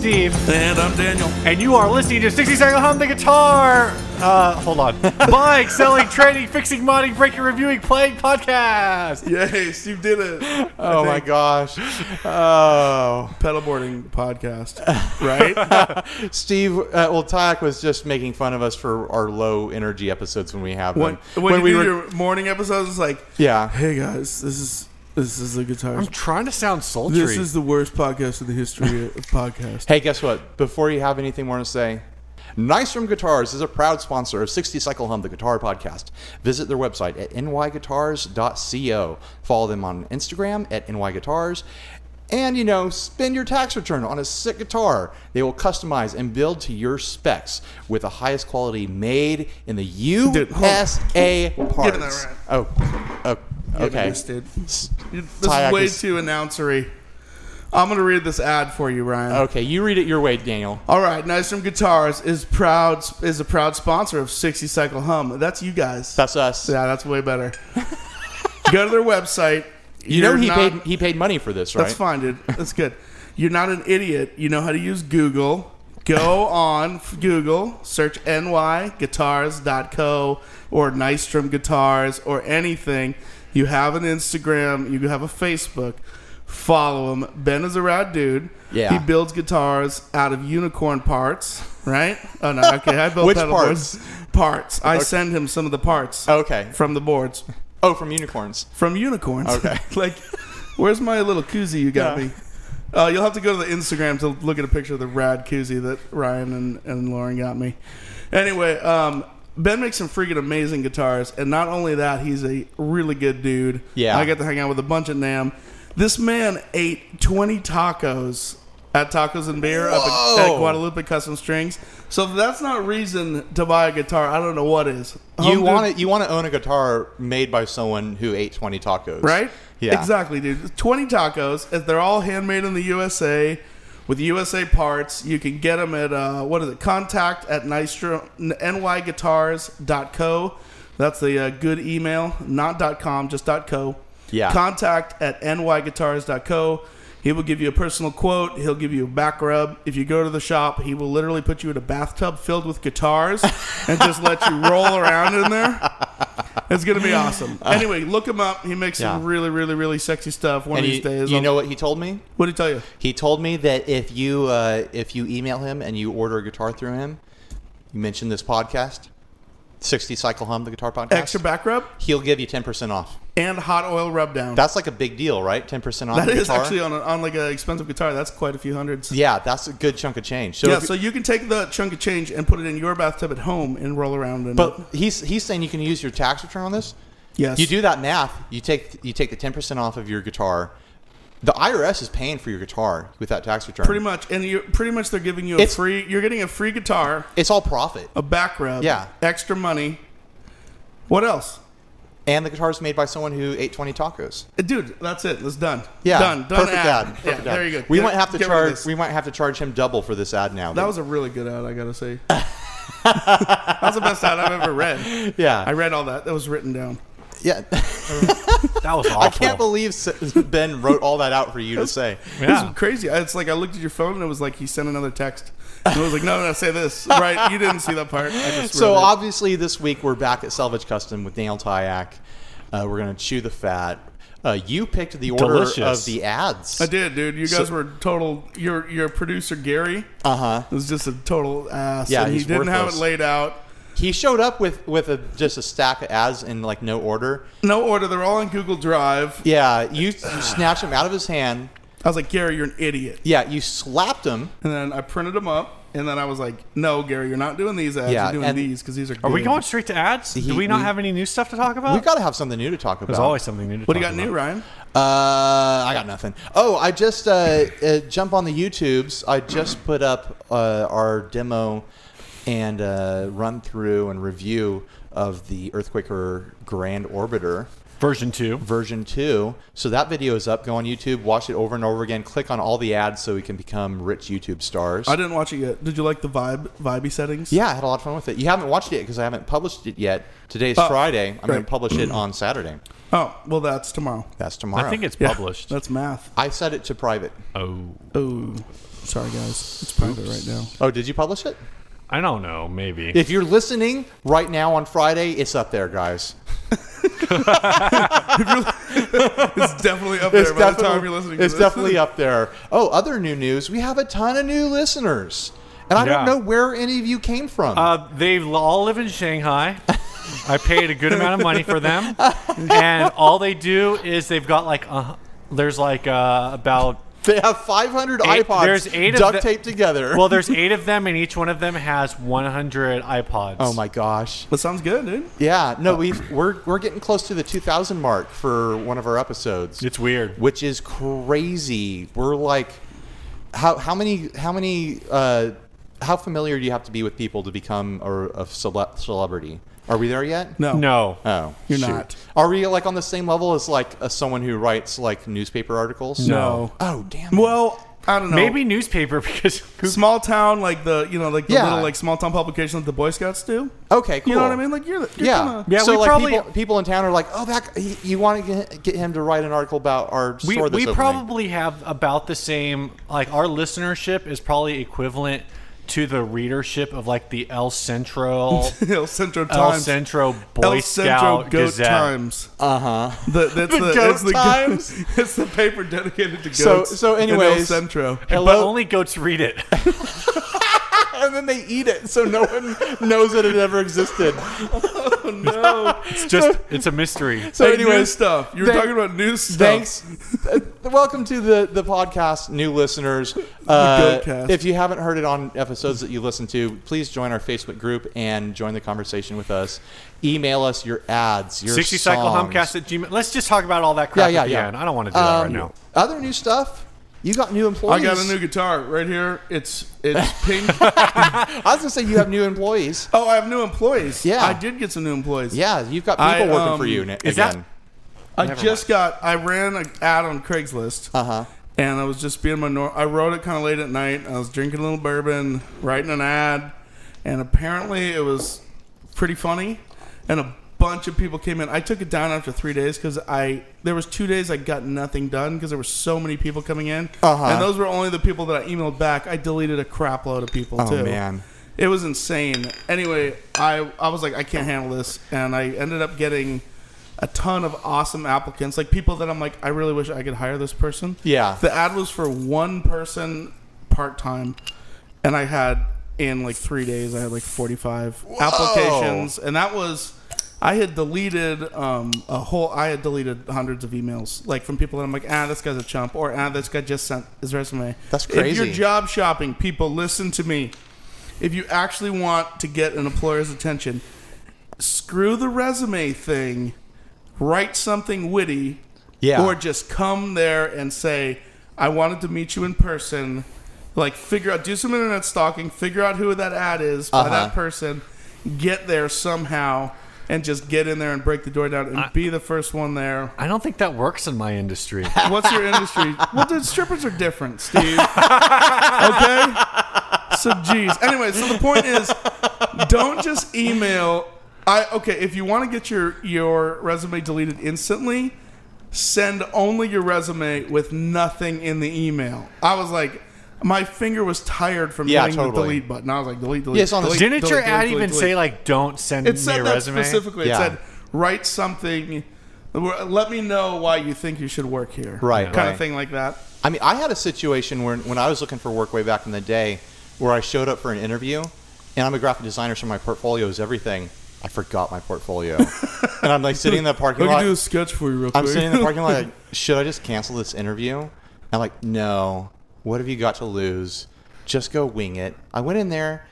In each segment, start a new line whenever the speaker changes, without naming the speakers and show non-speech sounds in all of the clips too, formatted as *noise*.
And I'm Daniel.
And you are listening to 60 Second Hum the Guitar. Uh, hold on. Buying, selling, trading, fixing, modding, breaking, reviewing, playing podcast.
Yes, you did it.
Oh my gosh. Oh.
Pedalboarding podcast,
*laughs*
right?
Steve, uh, well, Tayak was just making fun of us for our low energy episodes when we have
when
them.
when, you
we
do
were,
your morning episodes, it's like,
yeah.
hey guys, this is this is the guitar.
I'm trying to sound sultry.
This is the worst podcast in the
*laughs*
history of podcast.
Hey, guess what? Before you have anything more to say, Nice Room Guitars is a proud sponsor of 60 Cycle Hum, the guitar podcast. Visit their website at nyguitars.co. Follow them on Instagram at nyguitars. And, you know, spend your tax return on a sick guitar. They will customize and build to your specs with the highest quality made in the
Dude, hold on.
USA
that
parts.
right.
Oh, oh, okay.
This, dude.
S-
This
Tayak
is way
is-
too announcery. I'm gonna read this ad for you, Ryan.
Okay, you read it your way, Daniel.
All right, Nice Room Guitars is proud is a proud sponsor of 60 Cycle Hum. That's you guys.
That's us.
yeah, that's way
*laughs*
better. Go to their website.
You know
You're
he
not-
paid he paid money for this, right?
That's fine, dude. That's
*laughs*
good. You're not an idiot. You know how to use Google.
*laughs*
Go on f- Google, search nyguitars.co or Nystrom Guitars or anything. You have an Instagram, you have a Facebook. Follow him. Ben is a rad dude.
Yeah.
He builds guitars out of unicorn parts, right? Oh, no. Okay. I built
Which
pedal
parts? Oh.
boards. Parts. I send him some of the parts
Okay.
from the boards
Oh, from unicorns.
from unicorns.
Okay.
*laughs* like, where's my little koozie you got
Yeah.
me? Uh, you'll have to go to the Instagram to look at a picture of the rad koozie that Ryan and, and Lauren got me. Anyway, um, Ben makes some freaking amazing guitars, and not only that, he's a really good dude.
Yeah.
I got to hang out with a bunch of Nam. This man ate 20 tacos at Tacos and Beer up at, at
Whoa.
Guadalupe Custom Strings. So if that's not reason to buy a guitar, I don't know what is.
You
Home dude-
want to you want to own a guitar made by someone who ate twenty tacos,
Right?
Yeah,
Exactly, dude. 20 tacos. and They're all handmade in the USA with USA parts. You can get them at, uh, what is it, contact at nystro- nyguitars.co. That's the uh, good email, not dot .com, just dot .co.
Yeah.
Contact at nyguitars.co. He will give you a personal quote. He'll give you a back rub. If you go to the shop, he will literally put you in a bathtub filled with guitars and just let you roll around in there. It's gonna be
*laughs*
awesome. Anyway, look him up. He makes some
Uh, Yeah.
really, really, really sexy stuff. One
And
of
you,
these days,
you
I'll-
know what he told me?
what did he tell you?
He told me that if you uh, if you email him and you order a guitar through him, you mention this podcast, sixty cycle hum the guitar podcast,
Extra back rub
he'll give you ten percent off.
and hot oil rub down.
That's like a big deal, right? Ten percent off.
That
the
is
guitar.
actually on a, on like an expensive guitar. That's quite a few hundreds. Yeah.
yeah, that's a good chunk of change. So, if-
so you can take the chunk of change and put it in your bathtub at home and roll around in it.
but he's he's saying you can use your tax return on this.
Yes,
You do that math. You take you take the ten percent off of your guitar. The IRS is paying for your guitar with that tax return.
pretty much, and you pretty much they're giving you a
It's-
free. You're getting a free guitar,
It's all profit,
a back rub,
Yeah.
extra money. What else?
and the guitar is made by someone who ate twenty tacos.
Dude, that's it. It's done.
Yeah,
done. Done.
perfect
ad.
ad. Perfect
yeah,
ad.
There you go.
We
Get-
might have to
get rid of
charge.
this.
We might have to charge him double for this ad now.
That was a really good ad, I gotta say. *laughs* That's the best ad I've ever read.
yeah,
I read all that. That was written down.
yeah. *laughs*
That was awful.
I can't believe S- Ben wrote all that out for you
*laughs*
to say.
Yeah.
It was crazy. It's like I looked at your phone and it was like he sent another text. And it was like, no, no, say this. Right? You didn't see that part. I just
So
read it.
obviously, this week we're back at Salvage Custom with Daniel Tyack. Uh, we're gonna chew the fat. Uh, you picked the order
Delicious.
of the ads.
I did, dude. You guys were total. Your your producer Gary
Uh huh.
was just a total ass.
Yeah,
and he
he's
didn't have
worthless.
it laid out.
He showed up with with a, just a stack of ads in like no order.
No order. They're all on Google Drive.
Yeah, you, you snatched them out of his hand.
I was like, Gary, you're an idiot.
Yeah, you slapped him.
And then I printed them up. And then I was like, no, Gary, you're not doing these ads.
Yeah,
you're doing
and-
these because these are.
Are we
good."
going straight to ads?
He-
Do we not
we-
have any new stuff to talk about?
We've got to have something new to talk about.
There's always something new to
What do
talk
you got new,
about.
Ryan?
Uh, I got nothing. Oh, I just uh, uh, jump on the YouTubes. I just put up uh, our demo and uh, run through and review of the Earthquaker Grand Orbiter.
Version 2.
version 2. So that video is up. Go on YouTube, watch it over and over again. Click on all the ads so we can become rich YouTube stars.
I didn't watch it yet. Did you like the vibe, vibey settings?
yeah, I had a lot of fun with it. You haven't watched it because I haven't published it yet. Today's
Oh,
Friday. I'm going
great.
to publish it on Saturday.
Oh, well, that's tomorrow.
That's tomorrow.
I think it's
Yeah,
published.
That's math.
I set it to private.
Oh.
Oh, Sorry, guys. It's private right
*laughs*
now.
Oh, did you publish it?
I don't know. Maybe.
If you're listening right now on Friday, it's up
*laughs*
there, guys.
It's definitely up there
It's
by the
definitely-
time you're listening to
It's
this.
definitely up there. Oh, other new news. We have a ton of new listeners. And I don't
Yeah.
know where any of you came from.
Uh, they l- all live in Shanghai. I paid a good amount of money for them, and all they do is they've got like uh, there's like uh, about
they have 500
Eight-
iPods
there's eight of
duct
the-
taped together.
well there's eight of them, and each one of them has 100 iPods.
*laughs* oh my gosh.
That sounds good, dude.
Yeah, no, we we're we're getting close to the 2000 mark for one of our episodes.
It's weird.
which is crazy. We're like, how how many how many uh, how familiar do you have to be with people to become a, a cele- celebrity? Are we there yet?
No.
No.
Oh,
You're
shoot.
not.
Are we like on the same level as like uh, someone who writes like newspaper articles?
No.
Oh damn. it.
Well, I don't know.
Maybe newspaper *laughs* because
small town like the you know like the
Yeah.
little like small town publication that the Boy Scouts do.
Okay. Cool.
You know what I mean? Like you're, the- you're
yeah.
kinda-
Yeah,
so
we
like
probably-
people, people in town are like, oh, that guy- you want to get him to write an article about our
we,
store that's
we
opening.
probably have about the same like our listenership is probably equivalent to the readership of like the El Centro
*laughs* El Centro
El
Times.
Centro Boy
El Centro
Scout
Goat
Gazette.
Times. Uh huh. The, that's the,
Uh-huh. Goat
it's the *laughs*
Times?
it's the paper dedicated to goats.
So- so
in El
anyways-
Centro.
But
Hello,
only goats read it.
and then they eat it, so no one *laughs* knows that it ever existed.
It's just it's a *laughs* mystery.
So,
hey,
anyways,
news stuff. You were
thank-
talking about news stuff.
Thanks. Uh, Welcome to the, the podcast, new listeners.
*laughs* The
Uh,
Goatcast.
if you haven't heard it on episodes that you listen to, please join our Facebook group and join the conversation with us. Email us your ads, your
60 cycle
songs.
humcast at Gmail. Let's just talk about all that crap
Yeah, yeah,
at the
yeah.
end. I don't want to do that right
Um,
now.
Other new stuff. You got new
I
employees.
got a new guitar right here. It's
*laughs*
it's pink.
I was gonna say you have new
*laughs*
employees.
oh, I have new employees.
Yeah.
I did get some new employees.
Yeah, you've got people
I,
working for
um,
you na-
is that-
again.
I
Never
just got. I ran an ad on Craigslist.
Uh huh.
and I was just being my normal. I wrote it kind of late at night. I was drinking a little bourbon, writing an ad, and apparently it was pretty funny. And a bunch of people came in. I took it down after three days because I there was two days I got nothing done because there were so many people coming in,
Uh-huh.
and those were only the people that I emailed back. I deleted a crap load of people
Oh,
too.
man.
It was insane. Anyway, I I was like, I can't handle this, and I ended up getting a ton of awesome applicants, like people that I'm like, I really wish I could hire this person.
Yeah.
the ad was for one person part time, and I had in like three days, I had like 45 applications, and that was. I had deleted um, a whole. I had deleted hundreds of emails, like from people that I'm like, ah, this guy's a chump, or ah, this guy just sent his resume.
That's
If
crazy.
you're job shopping, people listen to me if you actually want to get an employer's attention, screw the resume thing, write something witty,
Yeah.
or just come there and say, I wanted to meet you in person. Like, figure out, do some internet stalking, figure out who that ad is by
Uh-huh.
that person, get there somehow, and just get in there and break the door down and be the first one there.
I don't think that works in my
*laughs*
industry.
What's your industry? well, dude, strippers are different, Steve. okay? So, geez. Anyway, so the point is, don't just email. I okay. If you want to get your your resume deleted instantly, send only your resume with nothing in the email. I was like. My finger was tired from
Yeah,
hitting the
totally.
delete button. I was like, delete, delete.
Yes, on the-
delete,
Didn't
delete,
your
delete,
ad
delete,
even
delete.
say like don't send
It
me
said
your
that
resume?
specifically.
Yeah.
It said write something. Let me know why you think you should work here.
Right,
kind
right.
of thing like that.
I mean, I had a situation where when I was looking for work way back in the day, where I showed up for an interview, and I'm a graphic designer, so my portfolio is everything. I forgot
*laughs*
my portfolio, and I'm like sitting in the parking
Let me do a
lot.
sketch for you real quick.
I'm sitting in
*laughs*
the parking lot. Like, Should I just cancel this interview? I'm like, no. What have you got to lose? Just go wing it. I went in there,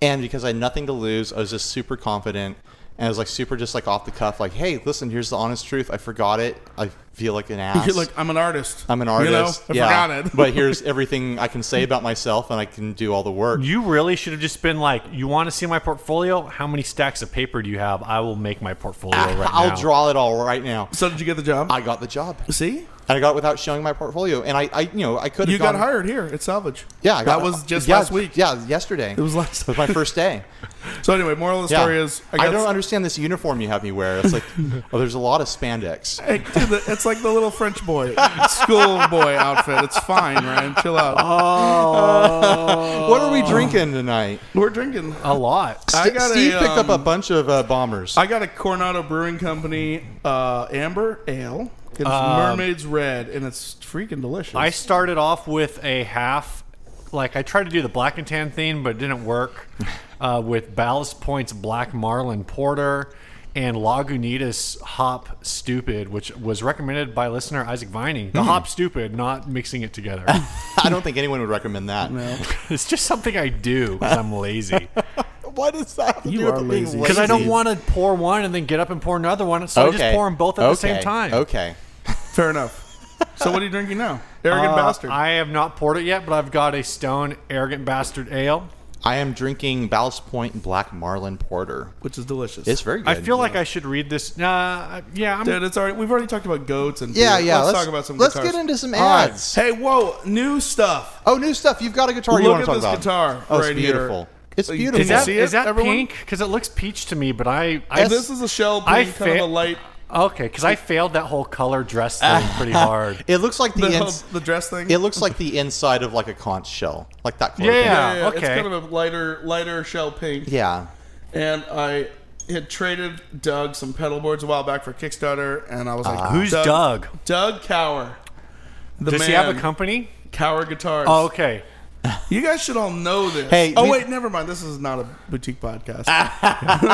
and because I had nothing to lose, I was just super confident. And I was like super just like off the cuff, like, hey, listen, here's the honest truth. I forgot it. I feel like an
*laughs*
ass.
You're like, I'm an artist.
I'm an artist.
You know, I
yeah,
forgot it.
*laughs* but
*laughs*
here's everything I can say about myself, and I can do all the work.
You really should have just been like, you want to see my portfolio? How many stacks of paper do you
*laughs*
have? I will make my portfolio right
Ah, I'll
now.
draw it all right now.
so did you get the job?
I got the job.
See,
And I got it without showing my portfolio. And I, I you know, I could have
You got
gone-
hired here at Salvage.
Yeah, I got,
that was just
yeah,
last week.
Yeah, yesterday.
It was last.
was my
*laughs*
first day.
So anyway, moral of the
Yeah.
story is
I,
got
don't understand this uniform you have me wear. It's like, oh, there's a lot of spandex.
*laughs* Hey, dude, the- it's like the little French boy, schoolboy outfit. It's fine, Ryan. Chill
*laughs*
out.
Oh. What are we drinking tonight?
We're drinking.
A lot.
Oh. I
St-
got a,
Steve picked up a
um,
bunch of uh, bombers.
I got a Coronado Brewing Company uh, Amber Ale. It's
Um,
Mermaid's Red, and it's freaking delicious.
I started off with a half. Like I tried to do the black and tan theme, but it didn't
*laughs*
work. Uh, with Ballast Point's Black Marlin Porter and Lagunitas Hop Stupid, which was recommended by listener Isaac Vining. The
Hmm.
Hop Stupid, not mixing it
*laughs*
together.
*laughs* I don't think anyone would recommend that.
it's just something I do because I'm
*laughs*
lazy.
Why does that have to
You
do with
are
it being
lazy.
lazy?
Because I don't want to pour one and then get up and pour another one, so I just pour them both at the same
Okay.
time.
Okay.
Fair enough. So what are you drinking now? Arrogant
Uh,
bastard.
I have not poured it yet, but I've got a Stone Arrogant Bastard Ale.
I am drinking Ballast Point Black Marlin Porter.
which is delicious.
It's very good.
I feel like I should read this. Uh, yeah, I'm,
Dude, it's all right. We've already talked about goats and
Yeah,
beer.
yeah.
Let's, talk about some.
Let's
guitars.
get into some
All right.
ads.
Hey, whoa! New stuff.
Oh, new stuff. You've got a guitar you
Look
want
at
to talk
this
about.
guitar
Oh, it's
right here.
beautiful. It's
Can
beautiful.
you
is that,
see
is
it,
that
everyone?
pink? Because it looks peach to me, but I, I
This is a shell pink,
I
kind
fa-
of a light.
okay, because I failed that whole color dress
*laughs*
thing pretty hard.
it looks like the,
The,
ins-
*laughs* the dress thing.
it looks like the inside of like a conch shell, like that. Color
Yeah.
yeah, yeah, It's
okay.
kind of a lighter, lighter shell pink.
Thing. Yeah.
And I had traded Doug some pedal boards a while back for Kickstarter, and I was
Ah.
like,
Who's Doug?
Doug Cower. The
Does
man,
he have a company?
Cower Guitars.
Oh, okay.
You guys should all know this.
Hey,
oh
we-
wait, never mind. This is not a boutique
*laughs*
podcast. this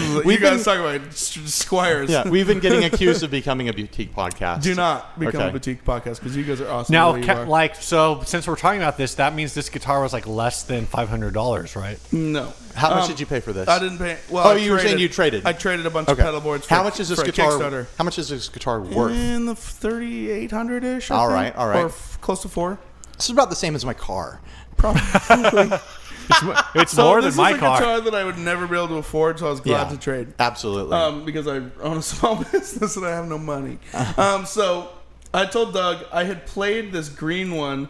is, you
We've
guys
been-
talk about s- squires.
Yeah. We've been
*laughs*
getting accused of becoming a boutique podcast.
Do not become a
Okay.
boutique podcast because you guys are awesome. the
Now,
way you
ca-
are.
like, so since we're talking about this, that means this guitar was like less than five hundred dollars,
*laughs*
right?
no.
How much
Um,
did you pay for this?
I didn't pay. Well,
Oh,
I
you were saying you traded.
I traded a bunch
Okay.
of pedal boards. For,
how much is this
for a
guitar?
Kickstarter.
How much is this guitar worth?
In the thirty eight hundred ish.
All right, all right.
Or f- close to four.
*laughs* This is about the same as my car.
Probably.
It's
so
more
this
than my
is a
car.
guitar that I would never be able to afford, so I was glad
Yeah.
to trade.
Absolutely.
um, because I own a *laughs* small business and I have no money. Um, so I told Doug I had played this green one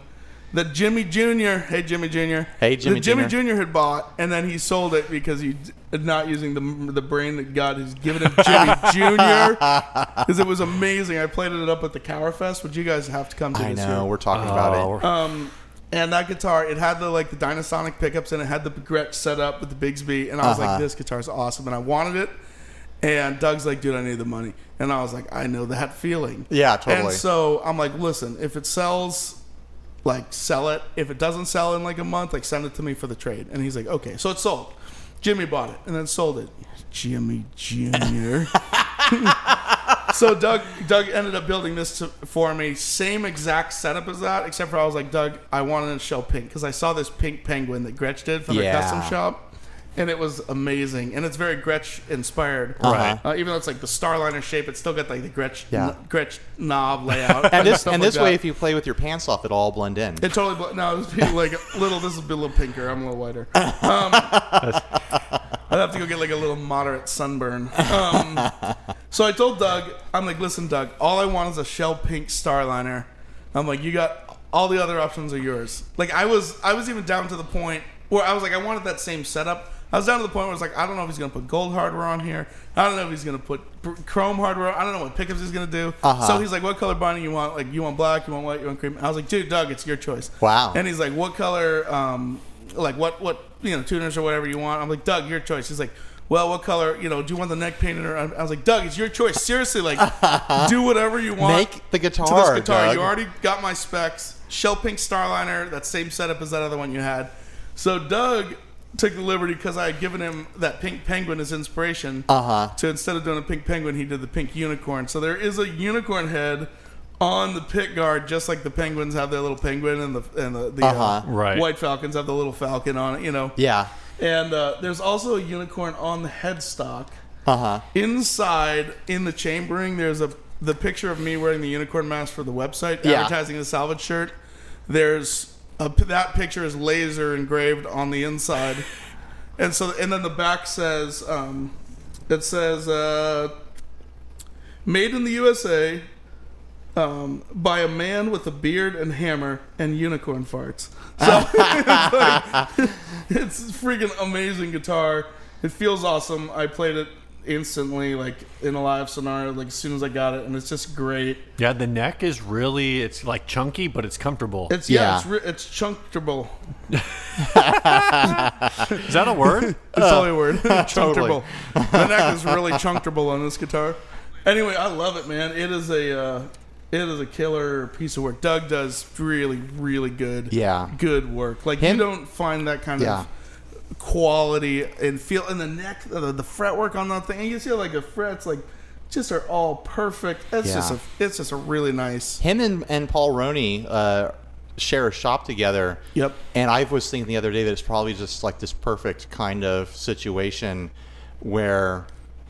that Jimmy Jr. Hey Jimmy Jr.
Hey, Jimmy
that Jimmy
Jr..
Jr. had bought, and then he sold it because he d- not using the the brain that God has given him,
*laughs*
Jimmy Jr. Because it was amazing. I played it up at the Cower Fest, which you guys have to come to.
I
this
know.
year.
We're talking
Oh,
about it.
Um, and that guitar, it had the like the Dynasonic pickups and it had the Gretsch set up with the Bigsby, and I was
Uh-huh.
like, this guitar's awesome, and I wanted it. And Doug's like, dude, I need the money, and I was like, I know that feeling.
Yeah, totally.
And so I'm like, listen, if it sells, like sell it. If it doesn't sell in like a month, like send it to me for the trade. And he's like, okay, so it's sold. Jimmy bought it and then sold it. Jimmy Junior.
*laughs*
so Doug Doug ended up building this to, for me, same exact setup as that, except for I was like, Doug, I wanted to shell pink because I saw this pink penguin that Gretsch did for their
Yeah.
custom shop, and it was amazing, and it's very Gretsch inspired,
Right.
Uh, even though it's like the Starliner shape, it's still got like the Gretsch
Uh-huh. Yeah.
Gretsch knob layout,
*laughs* and this,
stuff
and
like
this way,
that.
if you play with your pants off, it'll all blend in.
It totally bl- no. It was people like a little. This would be a little pinker. I'm a little whiter.
*laughs*
Um, I'd have to go get like a little moderate sunburn. Um, so I told Doug, I'm like, listen, Doug, all I want is a shell pink starliner. I'm like, you got all the other options are yours. Like I was, I was even down to the point where I was like, I wanted that same setup. I was down to the point where I was like, I don't know if he's gonna put gold hardware on here. I don't know if he's gonna put pr- chrome hardware. I don't know what pickups he's gonna do.
Uh-huh.
So he's like, what color binding you want? Like you want black, you want white, you want cream. I was like, dude, Doug, it's your choice.
Wow.
And he's like, "What color? Um, like what what you know tuners or whatever you want?" I'm like, "Doug, your choice." He's like, "Well, what color? You know, do you want the neck painted or?" I was like, "Doug, it's your choice. Seriously, like, do whatever you want."
Make the guitar.
to this guitar.
Doug.
You already got my specs. Shell pink Starliner, that same setup as that other one you had. So Doug took the liberty because I had given him that pink penguin as inspiration.
Uh-huh.
So instead of doing a pink penguin, he did the pink unicorn. So there is a unicorn head on the pit guard, just like the penguins have their little penguin and the and the, the uh,
Uh-huh.
Right.
white falcons have the little falcon on it. You know.
Yeah.
And uh, there's also a unicorn on the headstock
Uh huh.
inside in the chambering there's a the picture of me wearing the unicorn mask for the website
Yeah.
advertising the salvage shirt there's a, that picture is laser engraved on the inside and so and then the back says um, it says uh, made in the usa um, by a man with a beard and hammer and unicorn farts. So it's, like- *laughs* it's a freaking amazing guitar. It feels awesome. I played it instantly, like in a live scenario, like as soon as I got it, and it's just great.
Yeah, the neck is really it's like chunky, but it's comfortable.
It's yeah,
Yeah.
it's re- it's chunkable.
is that a
*laughs*
word?
It's only a word.
Totally.
chunkable. The Uh, neck is really chunkable on this guitar. Anyway, I love it, man. It is a uh, it is a killer piece of work. Doug does really, really good.
Yeah.
good work. Like
Him-
you don't find that kind
Yeah.
of quality and feel in the neck, the, the fretwork on that thing. And you see like the frets like just are all perfect. It's
Yeah.
just a it's just a really nice.
Him and, and Paul Roney uh, share a shop together.
Yep.
And I was thinking the other day that it's probably just like this perfect kind of situation where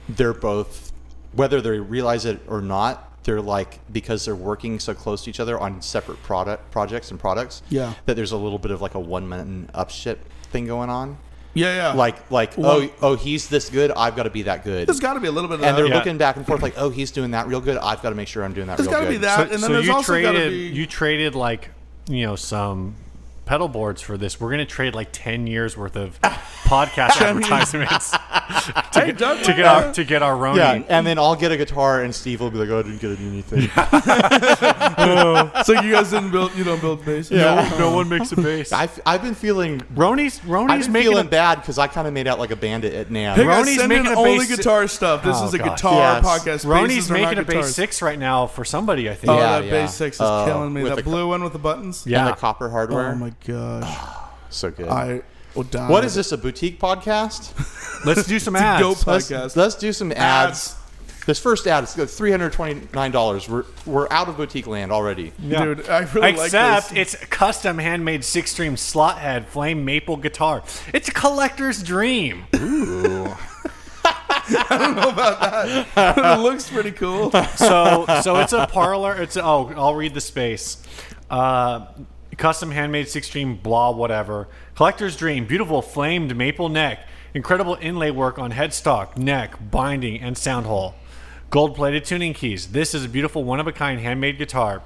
they're both, whether they realize it or not, they're like because they're working so close to each other on separate product projects and products.
Yeah.
That there's a little bit of like a one man up shit thing going on.
Yeah, yeah.
Like like
Uh, Well-
oh oh he's this good, I've got to be that good.
there's got to be a little bit of
and
that.
they're
Yeah.
looking back and forth like oh he's doing that real good, I've got to make sure I'm doing that
There's
real
got to
good.
be that, and then there's
you
also got to
traded
be
you traded like you know some pedal boards for this. We're gonna trade like ten years worth
*laughs*
of podcast advertisements
hey, Doug,
to get our to get our Roni.
Yeah, and then I'll get a guitar, and Steve will be like, "Oh, I didn't get anything."
*laughs* So you guys didn't build, you don't build bases.
No, no one *laughs* makes a bass.
I've, I've been feeling
Roni's
I've
Roni's
been
making
feeling
a
bad because I kind of made out like a bandit at Nam.
Hey guys,
Ronnie's
send in
making a
only
bass si-
guitar stuff. This
Oh,
is a
God.
guitar
Yes.
podcast.
Roni's
Bases are not
making a bass
guitars.
six right now for somebody, I think.
Oh,
Yeah,
that
yeah.
bass six is
Uh,
killing me.
with
That
the-
blue one with the buttons.
And
Yeah.
the copper hardware.
Oh my gosh.
so good.
I will die.
Uh, what is this? A
*laughs*
boutique podcast?
Let's do some
It's a
ads.
*laughs* go
Let's,
podcast.
let's do some ads.
Ads.
This first ad is three hundred twenty-nine dollars. We're we're out of boutique land already.
Yeah.
Dude, I really like
Except
this.
it's a custom handmade six string slot head flame maple guitar. It's a collector's dream.
*laughs* it looks pretty cool.
so so it's a parlor. It's a, oh, I'll read the space. Uh, custom handmade six string blah whatever. Collector's dream. Beautiful flamed maple neck. Incredible inlay work on headstock, neck, binding, and sound hole. Gold plated tuning keys. This is a beautiful one of a kind handmade guitar.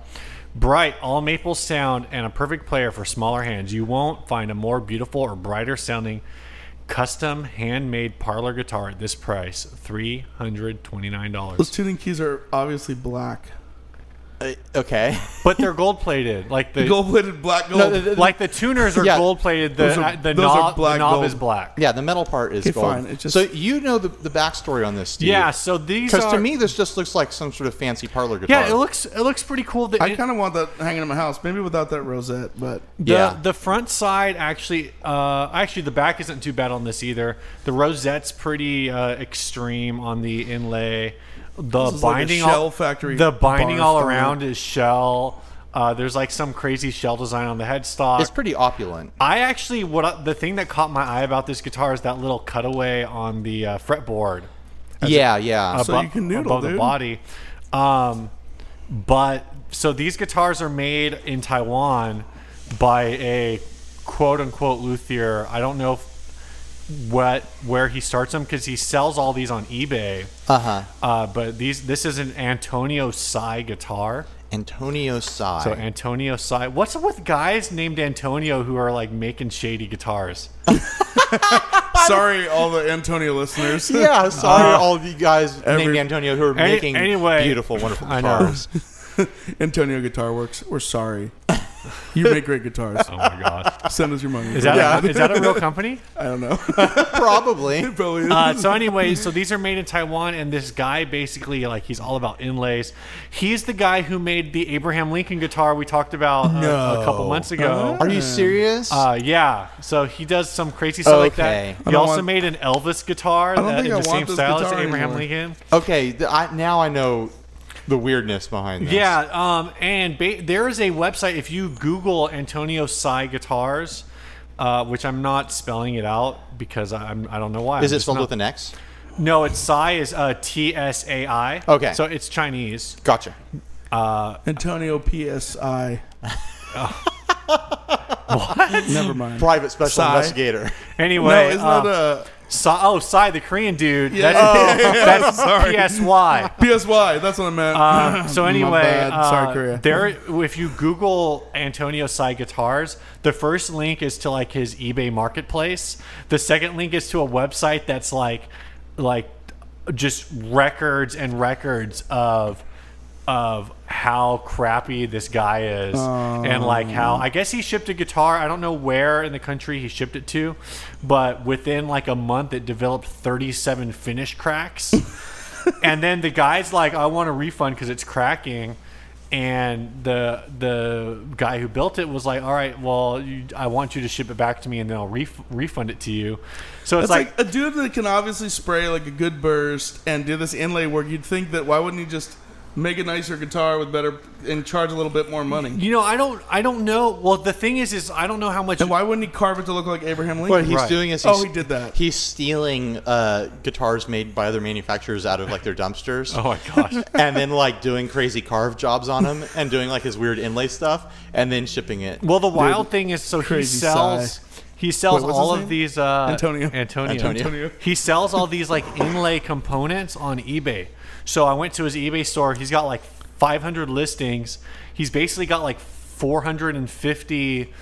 Bright, all maple sound, and a perfect player for smaller hands. You won't find a more beautiful or brighter sounding custom handmade parlor guitar at this price $329.
Those tuning keys are obviously black.
Uh, okay.
But they're gold plated. Like the oh,
Gold plated black gold.
th- th-
like the tuners are
Yeah.
gold plated. The
Those are-
uh, the
those are
knob,
black
the knob
gold.
is black.
Yeah, the metal part is
Okay,
gold.
fine, it just-
so you know the, the backstory on this, Steve.
Yeah. So these
Because
are.
to me, this just looks like some sort of fancy parlor guitar.
yeah, it looks it looks pretty cool. That
uh, I
it-
kind of want that hanging in my house, maybe without that rosette, but
the,
Yeah.
the front side actually, uh, actually the back isn't too bad on this either. The rosette's pretty uh, extreme on the inlay. The
is like a
binding
shell
all,
factory
The binding
bar
all
style.
around is shell. Uh, there's like some crazy shell design on the headstock.
It's pretty opulent.
I actually what I, the thing that caught my eye about this guitar is that little cutaway on the uh, fretboard
yeah, yeah.
So
abo-
you can noodle,
above the
dude.
body. Um, but so these guitars are made in Taiwan by a quote unquote luthier. I don't know if, what where he starts them because he sells all these on eBay.
uh-huh.
Uh, but these this is an Antonio Sai guitar.
Antonio Sai.
So Antonio Sai, what's up with guys named Antonio who are like making shady guitars?
sorry, all the Antonio listeners.
*laughs* yeah, sorry all of you guys named
every-
Antonio who are
uh-huh. Any-
making
anyway,
beautiful, wonderful
*laughs* I know.
guitars.
*laughs* Antonio Guitar Works, we're sorry. You make great guitars.
Oh my god,
Send us your money.
is that a,
Yeah.
is that a real company?
I don't know.
Probably.
It probably
*laughs*
is.
uh, so anyway, so these are made in Taiwan, and this guy basically like he's all about inlays. He's the guy who made the Abraham Lincoln guitar we talked about uh, a couple months ago.
Are you serious?
Uh, yeah, so he does some crazy stuff like
Okay.
that.
I
He
don't
also
want-
made an Elvis guitar
don't
that,
think
in
I
the
want
same
this
style as
guitar
Abraham
anymore.
Lincoln.
okay, th- I, now I know the weirdness behind this.
Yeah, um, and ba- there is a website if you Google Antonio Sai guitars, uh, which I'm not spelling it out because I'm I don't know why.
Is
I'm
it
just
spelled
not-
with an X?
No, it's Sai is uh, T S A I.
Okay.
so it's Chinese.
Gotcha.
*laughs*
Antonio PSI. Never mind.
Private special
Sigh.
investigator. *laughs*
No, uh,
Anyway,
isn't
um,
that
Psy- oh, Psy, the Korean dude.
Yeah.
That's,
Yeah, yeah, *laughs*
that's
sorry.
PSY.
a PSY? That's what I meant.
Uh, so
*laughs* My
anyway,
bad. sorry,
uh,
Korea.
there. If you Google Antonio Psy guitars, the first link is to like his eBay marketplace. The second link is to a website that's like, like, just records and records of. Of how crappy this guy is, and like
Oh.
how I guess he shipped a guitar. I don't know where in the country he shipped it to, but within like a month, it developed 37 finish cracks. *laughs* and then the guy's like, "I want a refund because it's cracking." And the the guy who built it was like, "All right, well, you, I want you to ship it back to me, and then I'll ref- refund it to you." So it's
It's
like,
like, a dude that can obviously spray like a good burst and do this inlay work. You'd think that why wouldn't he just make a nicer guitar with better and charge a little bit more money?
you know, I don't, I don't know. Well, the thing is, is I don't know how much.
And why wouldn't he carve it to look like Abraham Lincoln?
What he's
Right.
doing is
Oh,
he's,
he did that.
He's stealing uh, guitars made by other manufacturers out of like their dumpsters,
*laughs* oh my gosh!
and then like doing crazy carve jobs on them, and doing like his weird inlay stuff, and then shipping it.
Well, the wild thing is, so he
crazy
sells.
sigh.
He sells
Wait, what's
all
his
of
name?
these uh,
Antonio.
Antonio.
Antonio.
Antonio.
He sells all these like inlay components on eBay. So I went to his eBay store. He's got like 500 listings. He's basically got like 450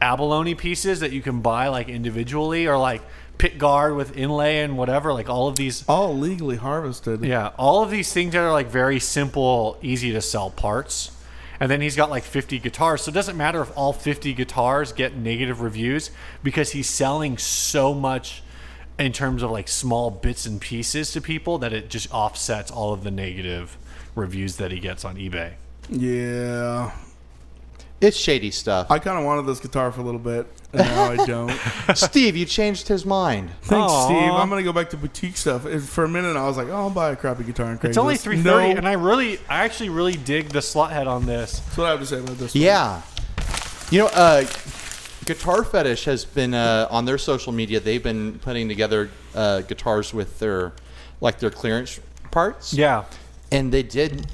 abalone pieces that you can buy like individually or like pit guard with inlay and whatever. Like all of these
All legally harvested.
yeah, all of these things that are like very simple, easy to sell parts. And then he's got like 50 guitars. So it doesn't matter if all 50 guitars get negative reviews because he's selling so much in terms of like small bits and pieces to people that it just offsets all of the negative reviews that he gets on eBay.
Yeah.
It's shady stuff.
I kind of wanted this guitar for a little bit, and now I don't.
*laughs*
*laughs* Steve, you changed his mind.
Thanks,
Aw.
Steve. I'm gonna go back to boutique stuff. And For a minute, I was like, oh, I'll buy a crappy guitar and Craigslist.
It's only 3:30
No,
and I really I actually really dig the slot head on this.
that's what I have to say about this.
Yeah. You know, uh, Guitar Fetish has been uh, on their social media. They've been putting together uh, guitars with their like their clearance parts.
Yeah.
And they did.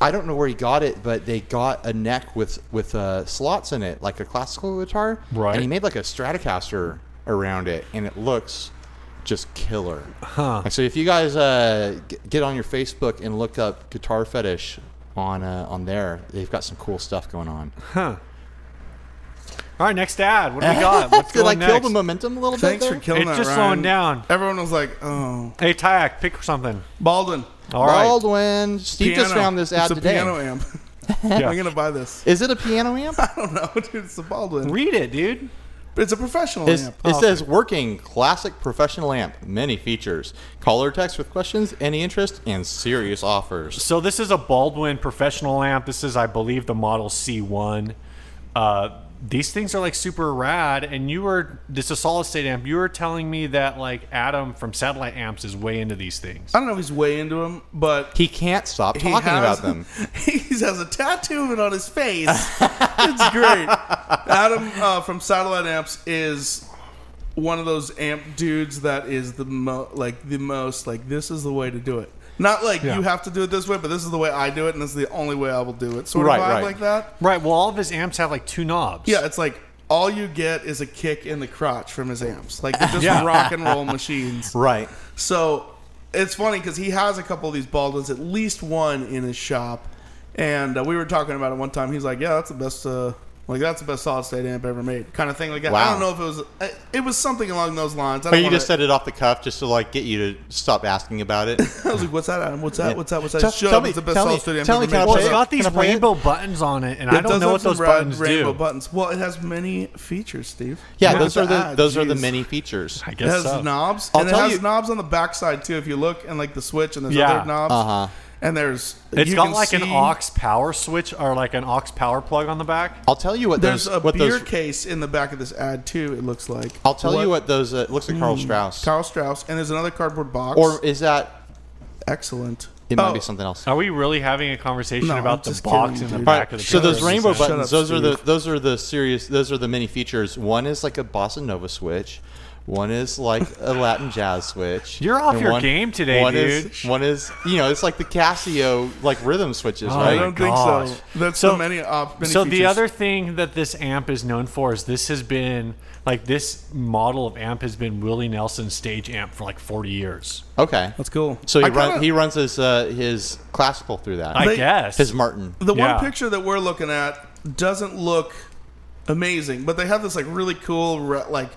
I don't know where he got it, but they got a neck with with uh, slots in it, like a classical guitar.
Right.
And he made like a Stratocaster around it, and it looks just killer.
Huh.
So if you guys uh, g- get on your Facebook and look up Guitar Fetish on uh, on there, they've got some cool stuff going on.
All right, next ad. What do we got? What's
Did I
going
kill
next?
the momentum a little
Thanks
bit?
for
there?
killing
It's
that,
just
Ryan.
slowing down.
Everyone was like, oh,
Hey, Tyak, pick something.
Baldwin.
All right.
Baldwin. Steve just
Piano.
found this
it's
ad
a
today.
piano
*laughs*
amp. I'm gonna buy this. *laughs*
Is it a piano amp?
I don't know, dude. It's a Baldwin.
Read it, dude.
It's a professional
It's-
amp.
it says working classic professional amp, many features. Call or text with questions, any interest, and serious offers.
So this is a Baldwin professional amp. This is, I believe, the model C1. Uh, these things are like super rad. And you were this is a solid state amp. You were telling me that like Adam from Satellite Amps is way into these things.
I don't know if he's way into them, but
He can't stop
he
talking
has,
about
*laughs*
them.
He has a tattoo of it on his
*laughs*
face. it's great. Adam uh, from Satellite Amps is one of those amp dudes that is the mo- like the most like this is the way to do it. Not like
Yeah.
you have to do it this way, but this is the way I do it, and this is the only way I will do it. Sort of
Right,
vibe
right.
like that.
Right. Well, all of his amps have like two knobs.
Yeah, it's like all you get is a kick in the crotch from his amps. Like they're
*laughs*
just
Yeah.
rock and roll machines.
Right.
So it's funny because he has a couple of these Baldwins, at least one in his shop, and uh, we were talking about it one time. He's like, "Yeah, that's the best, uh, like that's the best solid state amp ever made," kind of thing like that. I
Wow.
don't know if it was, uh, it was something along those lines. I
But
don't
you
wanna-
just said it off the cuff just to like get you to stop asking about it.
*laughs* I was like, "What's that? Adam? What's that? What's that? What's that?"
Tell-
Shut
tell
up!
me-
it's the best
tell me-
solid state amp
tell me,
ever
can I
made.
Well,
Play
it's
it.
got these
Can I play it?
rainbow buttons on it, and I
It
don't
does
know
have
what
some
those
rad
buttons
rainbow
do.
buttons. Well, it has many features, Steve.
Yeah,
Not
those are the
ad,
those are the
jeez.
many features.
I
It
guess
has
so.
knobs,
I'll
and it
tell
has
you-
knobs on the backside too. If you look, and like the switch, and there's
Yeah.
other knobs,
Uh-huh.
and there's
It's
you
got
can
like an
see-
aux power switch or like an aux power plug on the back.
I'll tell you what
There's
those
a
what
beer
those
case in the back of this ad too. It looks like.
I'll tell you what those uh, it looks like Carl Strauss.
Hmm. Carl Strauss, and there's another cardboard box.
or is that
excellent.
it might
Oh,
be something else.
Are we really having a conversation
No, I'm
about the
just
box
kidding,
in the
dude.
All
back
right,
of the
so those
guitar?
rainbow
Shut
buttons,
up,
those are the
Steve.
those are the serious, those are the many features. One is like a bossa nova switch. One is like a Latin jazz switch.
You're off
and
your game today,
one Is,
dude.
one is, you know, it's like the Casio like rhythm switches,
Oh,
I
right?
my
don't
gosh.
think so. That's
So-
so many, op- many
so the
features.
other thing that this amp is known for is this has been like this model of amp has been Willie Nelson's stage amp for like 40 years.
Okay.
That's cool.
So he,
I
run,
kinda-
he runs his uh, his classical through that.
I
They-
guess.
his Martin.
The
Yeah.
one picture that we're looking at doesn't look amazing, but they have this like really cool, re- like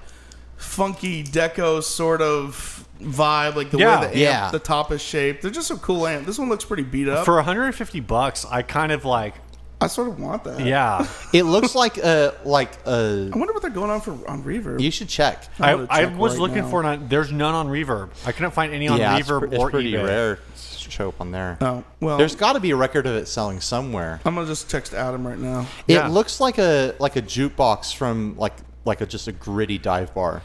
funky deco sort of vibe, like the
Yeah.
way the amp,
Yeah.
the top is shaped. They're just a cool amp. This one looks pretty beat up.
for 150 bucks, I kind of like
I sort of want
Uh,
that.
yeah.
It looks like a like a.
I wonder what they're going on for on reverb.
You should check.
I,
gonna
I
check
was
right
looking
now.
for none. There's none on Reverb. I couldn't find any on
yeah, it's,
Reverb
pre- it's
or
pretty
eBay.
rare to show up on there.
oh well,
There's got to be a record of it selling somewhere.
I'm gonna just text Adam right now.
Yeah.
It looks like a like a jukebox from like like a just a gritty dive
*laughs*
bar.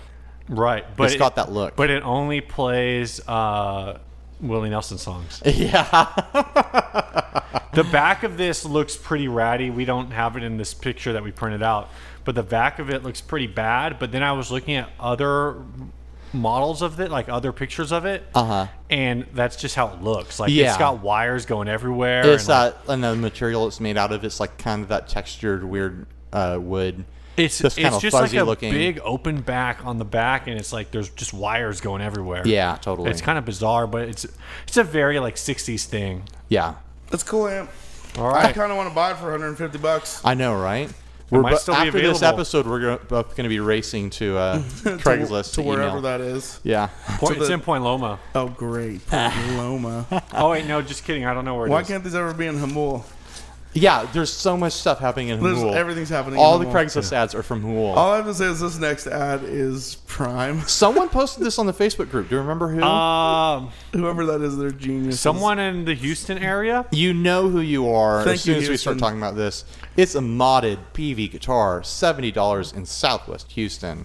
Right, but
It's got that look.
But it only plays uh, Willie Nelson songs.
yeah.
the back of this looks pretty ratty. We don't have it in this picture that we printed out, but the back of it looks pretty bad. But then I was looking at other models of it, like other pictures of it,
Uh-huh.
and that's just how it looks. Like
Yeah.
it's got wires going everywhere. and,
It's
like,
that and the material it's made out of. It's like kind of that textured weird uh, wood.
It's
just kind
it's
of
just like
fuzzy
a
looking.
big open back on the back, and it's like there's just wires going everywhere.
Yeah, totally.
it's kind of bizarre, but it's it's a very like '60s thing.
yeah.
That's a cool amp.
All
I
right,
kind of want to buy it for 150 bucks.
I know, right? We're
might
bo-
still be
after this
available.
episode, we're go- both going to be racing
*laughs*
to uh, *laughs* Craigslist
to, wherever
email.
that is.
Yeah. *laughs*
Point, it's
the-
in Point Loma.
Oh great, Loma.
Oh wait, no, just kidding. I don't know where it is.
Why can't these ever be in Hamul?
Yeah, there's so much stuff happening in
There's-
Hool.
everything's happening
All
in
the
Hool.
Craigslist ads are from Hool.
All I have to say is this next ad is Prime. *laughs*
Someone posted this on the Facebook group. Do you remember who?
Um,
Whoever that is, they're genius.
someone in the Houston area.
you know who you are
Thank
as soon
you,
as we start
Houston.
talking about this. It's a modded PV guitar, $70 in Southwest Houston.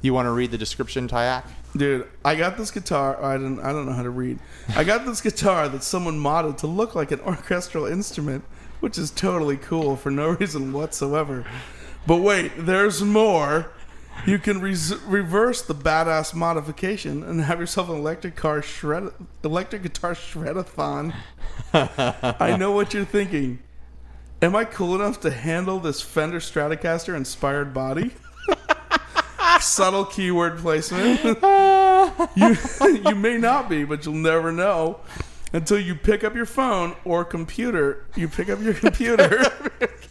You want to read the description, Tyak?
Dude, I got this guitar. oh, I didn't. I don't know how to read. I got this guitar that someone modded to look like an *laughs* orchestral instrument, which is totally cool for no reason whatsoever. But wait, there's more. You can res- reverse the badass modification and have yourself an electric car shred, electric guitar shredathon. I know what you're thinking. Am I cool enough to handle this Fender Stratocaster inspired body? Subtle keyword placement. you, *laughs* you may not be, but you'll never know until you pick up your phone or computer. You pick up your
*laughs*
computer.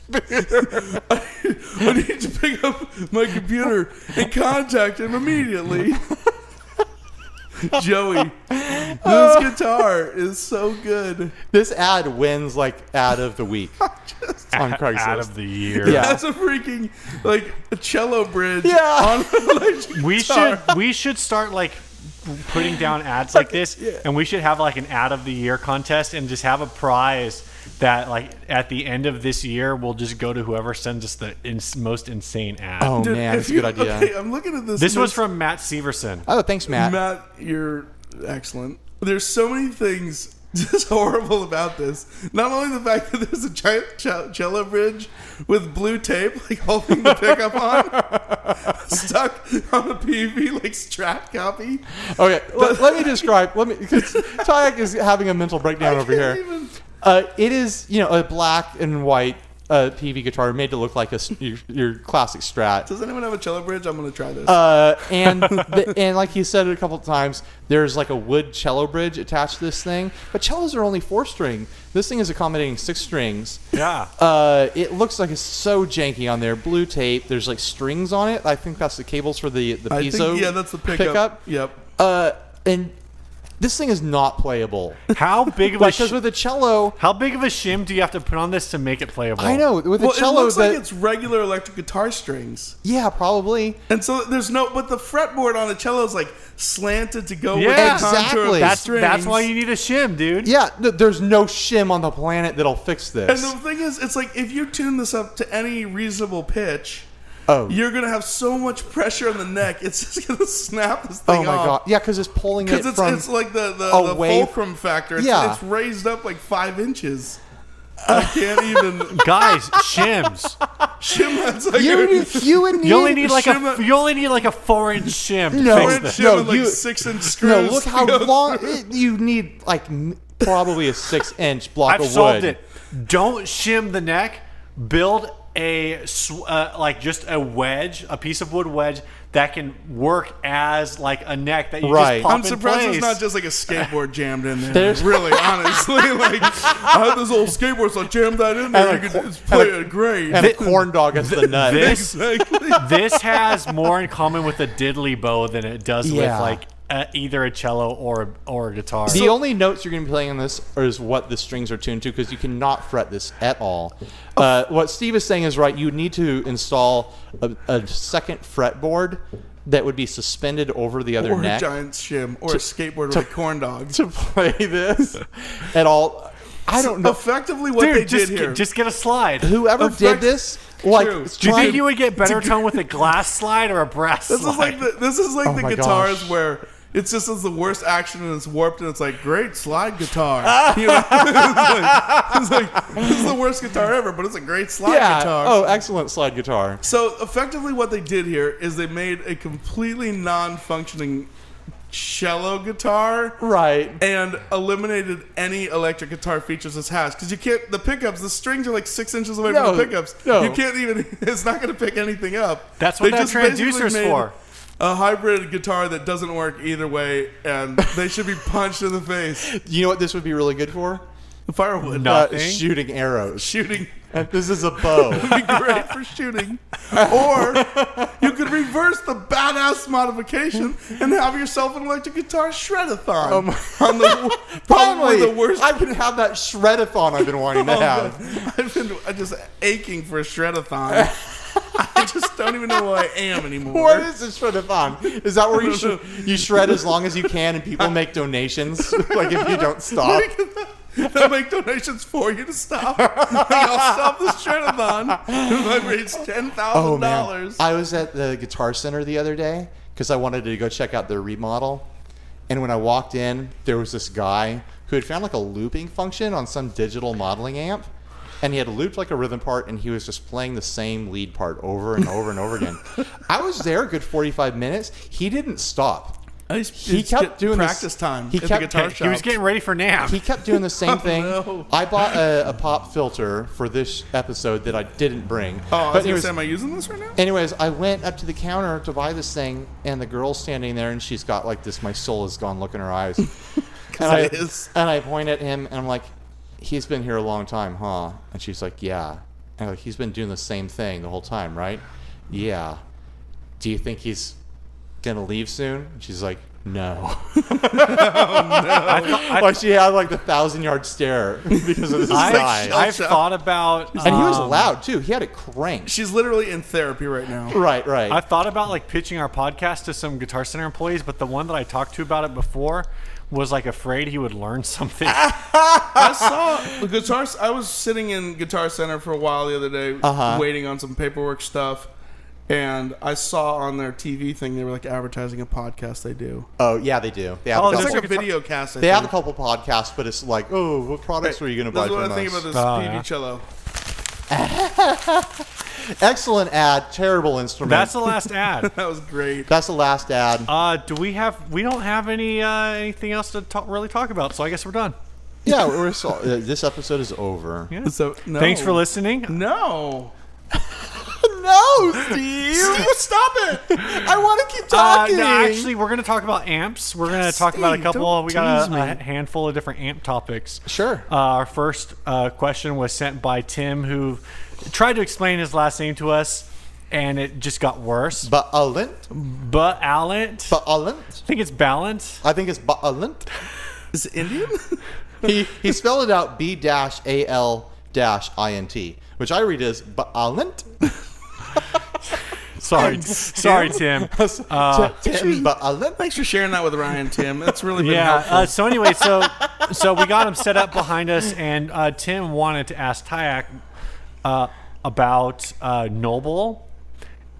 *laughs* I need to pick up my computer and contact him
*laughs*
immediately. Joey,
Oh.
this guitar is so good.
This ad wins like ad of
*laughs*
the week on Craigslist.
Out of the year.
Yeah.
That's a freaking like a cello bridge.
Yeah.
on an electric
We
guitar.
should we should start like putting down ads like this, and we should have like an ad of the year contest, and just have a prize that like at the end of this year we'll just go to whoever sends us the ins- most insane ad.
oh,
Dude,
man,
if
that's a
you-
good
*laughs*
idea.
okay, I'm looking at this.
This
and
was
it's-
from Matt Severson.
Oh, thanks, Matt.
Matt, you're excellent. There's so many things *laughs* just horrible about this. Not only the fact that there's a giant ce- cello bridge with blue tape, like holding the pickup on, *laughs* stuck on a PV like strat copy. *laughs*
Okay, let, let me describe. Let me because Tyak is having a mental breakdown over
can't
here.
even-
Uh, it is you know a black and white uh, PV guitar made to look like a s- your, your classic Strat.
Does anyone have a cello bridge? I'm gonna try this.
Uh,
*laughs*
and the, and like he said it a couple of times, there's like a wood cello bridge attached to this thing. But cellos are only four string. This thing is accommodating six strings.
Yeah.
Uh, it looks like it's so janky on there. Blue tape. There's like strings on it. I think that's the cables for the the
I
piezo
think yeah, that's the pickup. Yep.
Uh, and this thing is
*laughs*
not playable.
How big of a
Like,
sh-
because with a cello,
how big of a shim do you have to put on this to make it playable?
I know with a
Oh. Well, it
cello
looks
that
like it's regular electric guitar strings.
yeah, probably
And so there's no, but the fretboard on a cello is like slanted to go
Yeah.
with the contour of
Exactly.
the
That's-
That's
strings.
that's why you need a shim, dude.
yeah. th- there's no shim on the planet that'll fix
And
this.
the thing is, it's like if you tune this up to any reasonable pitch,
oh,
you're gonna have so much pressure on the neck, it's just gonna *laughs* snap this
oh
thing
my god,
off.
yeah, because it's pulling it
Because it's,
from.
it's like the the,
a
the
wave-
fulcrum factor. It's,
Yeah.
it's raised up like five inches. I can't even. *laughs*
Guys,
*laughs*
shims.
Shim, that's like
You,
a-
*laughs* need- you would
*laughs*
need.
You only need like a
Shim-
you only need like a four inch shim. to
No.
fix
Shim
this.
No,
with, like
you-
six inch screws.
No, look how
to go
long. It, you need like m- probably
*laughs*
a six inch block
I've
of
solved
wood.
it. Don't shim the neck. Build a sw- uh, like just a wedge, a piece of wood wedge that can work as like a neck that you
Right.
just pop
I'm
*laughs* I'm
in
surprised
place.
it's not just like a skateboard jammed in there.
There's-
really, honestly, *laughs* like I had this old skateboard, so I jammed that in there.
And
you
a
could
cor-
just play
and
a grade.
And a corn dog as the nut.
this
*laughs* exactly.
*laughs* this has more in common with a diddly bow than it does
Yeah.
with like a, either a cello or or a guitar.
*laughs* the only notes you're going to be playing on this are is what the strings are tuned to because you cannot fret this at all.
Oh.
Uh, what Steve is saying is right. You need to install a, a second fretboard that would be suspended over the other
or
neck
a giant shim, or a skateboard with a corn dog.
to *laughs* play
*laughs*
this at all. I don't know.
Effectively, what they
Dude, just
did here.
get, just get a slide.
Whoever Oh, did
effect-
this, like,
True.
it's
Do you
trying-
think you would get better tone with a *laughs* glass slide or a brass
this
slide?
is like the, this is like
Oh
the
my
guitars
gosh.
where. It's just as the worst action and it's warped and it's like great slide
*laughs*
guitar. *laughs* You know? it's, like, it's like this is the worst guitar ever, but it's a great slide
yeah.
guitar.
Oh, excellent slide guitar.
So effectively, what they did here is they made a completely non-functioning cello guitar
Right.
and eliminated any electric guitar features this has because you can't. The pickups, the strings are like six inches away
No,
from the pickups.
no.
You can't even. *laughs* It's not going to pick anything up.
That's what that
basically
transducer's
made
for.
A hybrid guitar that doesn't work either way, and they should be punched in the face.
You know what this would be really good for?
Firewood
No.
*laughs*
uh,
Uh,
Nothing.
shooting arrows.
shooting.
This is a bow.
would be great for shooting. Or you could reverse the badass modification and have yourself an electric guitar shred-a-thon. on
Um,
the,
Finally,
probably the worst. Oh,
I can have that shredathon I've been
*laughs*
wanting to have.
I've been I just aching for a shred-a-thon. I just don't even know who I am anymore.
What is a shredathon? Is that where you sh- you shred as long as you can and people make donations? *laughs* like if you don't stop.
*laughs* They'll make donations for you to stop. *laughs* Like, I'll stop the shred-a-thon *laughs* if I reach ten
Oh
thousand
man!
dollars.
I was at the Guitar Center the other day because I wanted to go check out their remodel, and when I walked in, there was this guy who had found like a looping function on some digital modeling amp, and he had looped like a rhythm part, and he was just playing the same lead part over and over and
*laughs*
over again. I was there a good forty-five minutes. He didn't stop. He kept doing this-
practice time.
he
at
kept-
the guitar
he was
shop.
getting ready for nap.
He kept doing
*laughs*
the same thing.
Oh, no.
I bought a, a pop filter for this episode that I didn't
Oh, I
bring.
was
But
gonna
anyways-
say, am I using this right now?
Anyways, I went up to the counter to buy this thing, and the girl's standing there, and she's got like this. My soul is gone. Look in her *laughs* eyes, and I
it is.
and I point at him, and I'm like, "He's been here a long time, huh?" And she's like, "Yeah." And I'm like, "He's been doing the same thing the whole time, right?" Yeah. Do you think he's gonna leave soon? And she's like, "No."
*laughs* I thought- I
*laughs* like she had like the thousand yard stare because
*laughs*
of this
I,
sigh.
I've
Shut up.
thought about,
and he was
um,
loud too. He had it cranked.
She's literally in therapy right now.
Right, right.
I've thought about like pitching our podcast to some Guitar Center employees, but the one that I talked to about it before was like afraid he would learn *laughs* something.
Ah. I saw guitar. I was sitting in Guitar Center for a while the other day,
Uh-huh.
waiting on some paperwork stuff, and I saw on their TV thing they were like advertising a podcast they do.
oh yeah, they do. They have
Oh,
a
It's
Double
couple-
like a
guitar-
video cast. I
They have a
think.
couple podcasts, but it's like, oh, what products were you going to buy
That's what
from
I think
us?
about this
Oh,
PB
yeah.
cello.
Excellent ad, terrible instrument.
That's the last ad.
That was great.
That's the last ad.
Uh, do we have? We don't have any uh, anything else to talk, really talk about, so I guess we're done.
yeah, we're so, uh, this episode is over.
*laughs* Yeah.
So no.
Thanks for listening.
No,
No, Steve, stop it! I want to keep
Uh,
talking.
no, actually, we're going to talk about amps. We're going to talk about a
Steve,
couple.
don't
We got
tease
a,
me.
a handful of different amp topics.
Sure.
Uh, our first uh, question was sent by Tim, who tried to explain his last name to us, and it just got worse.
Baalint,
But Allant,
Baalint.
I think it's Ballant.
I think it's Baalint.
is it Indian?
He
*laughs*
he spelled it out B dash A L dash I N T, which I read as Baalint. *laughs*
Sorry, sorry, Tim. Uh,
Tim Baalint.
Thanks for sharing that with Ryan Tim. That's really been
yeah.
helpful.
Uh, so anyway, so so we got him set up behind us, and uh, Tim wanted to ask Tyak uh, about uh, Noble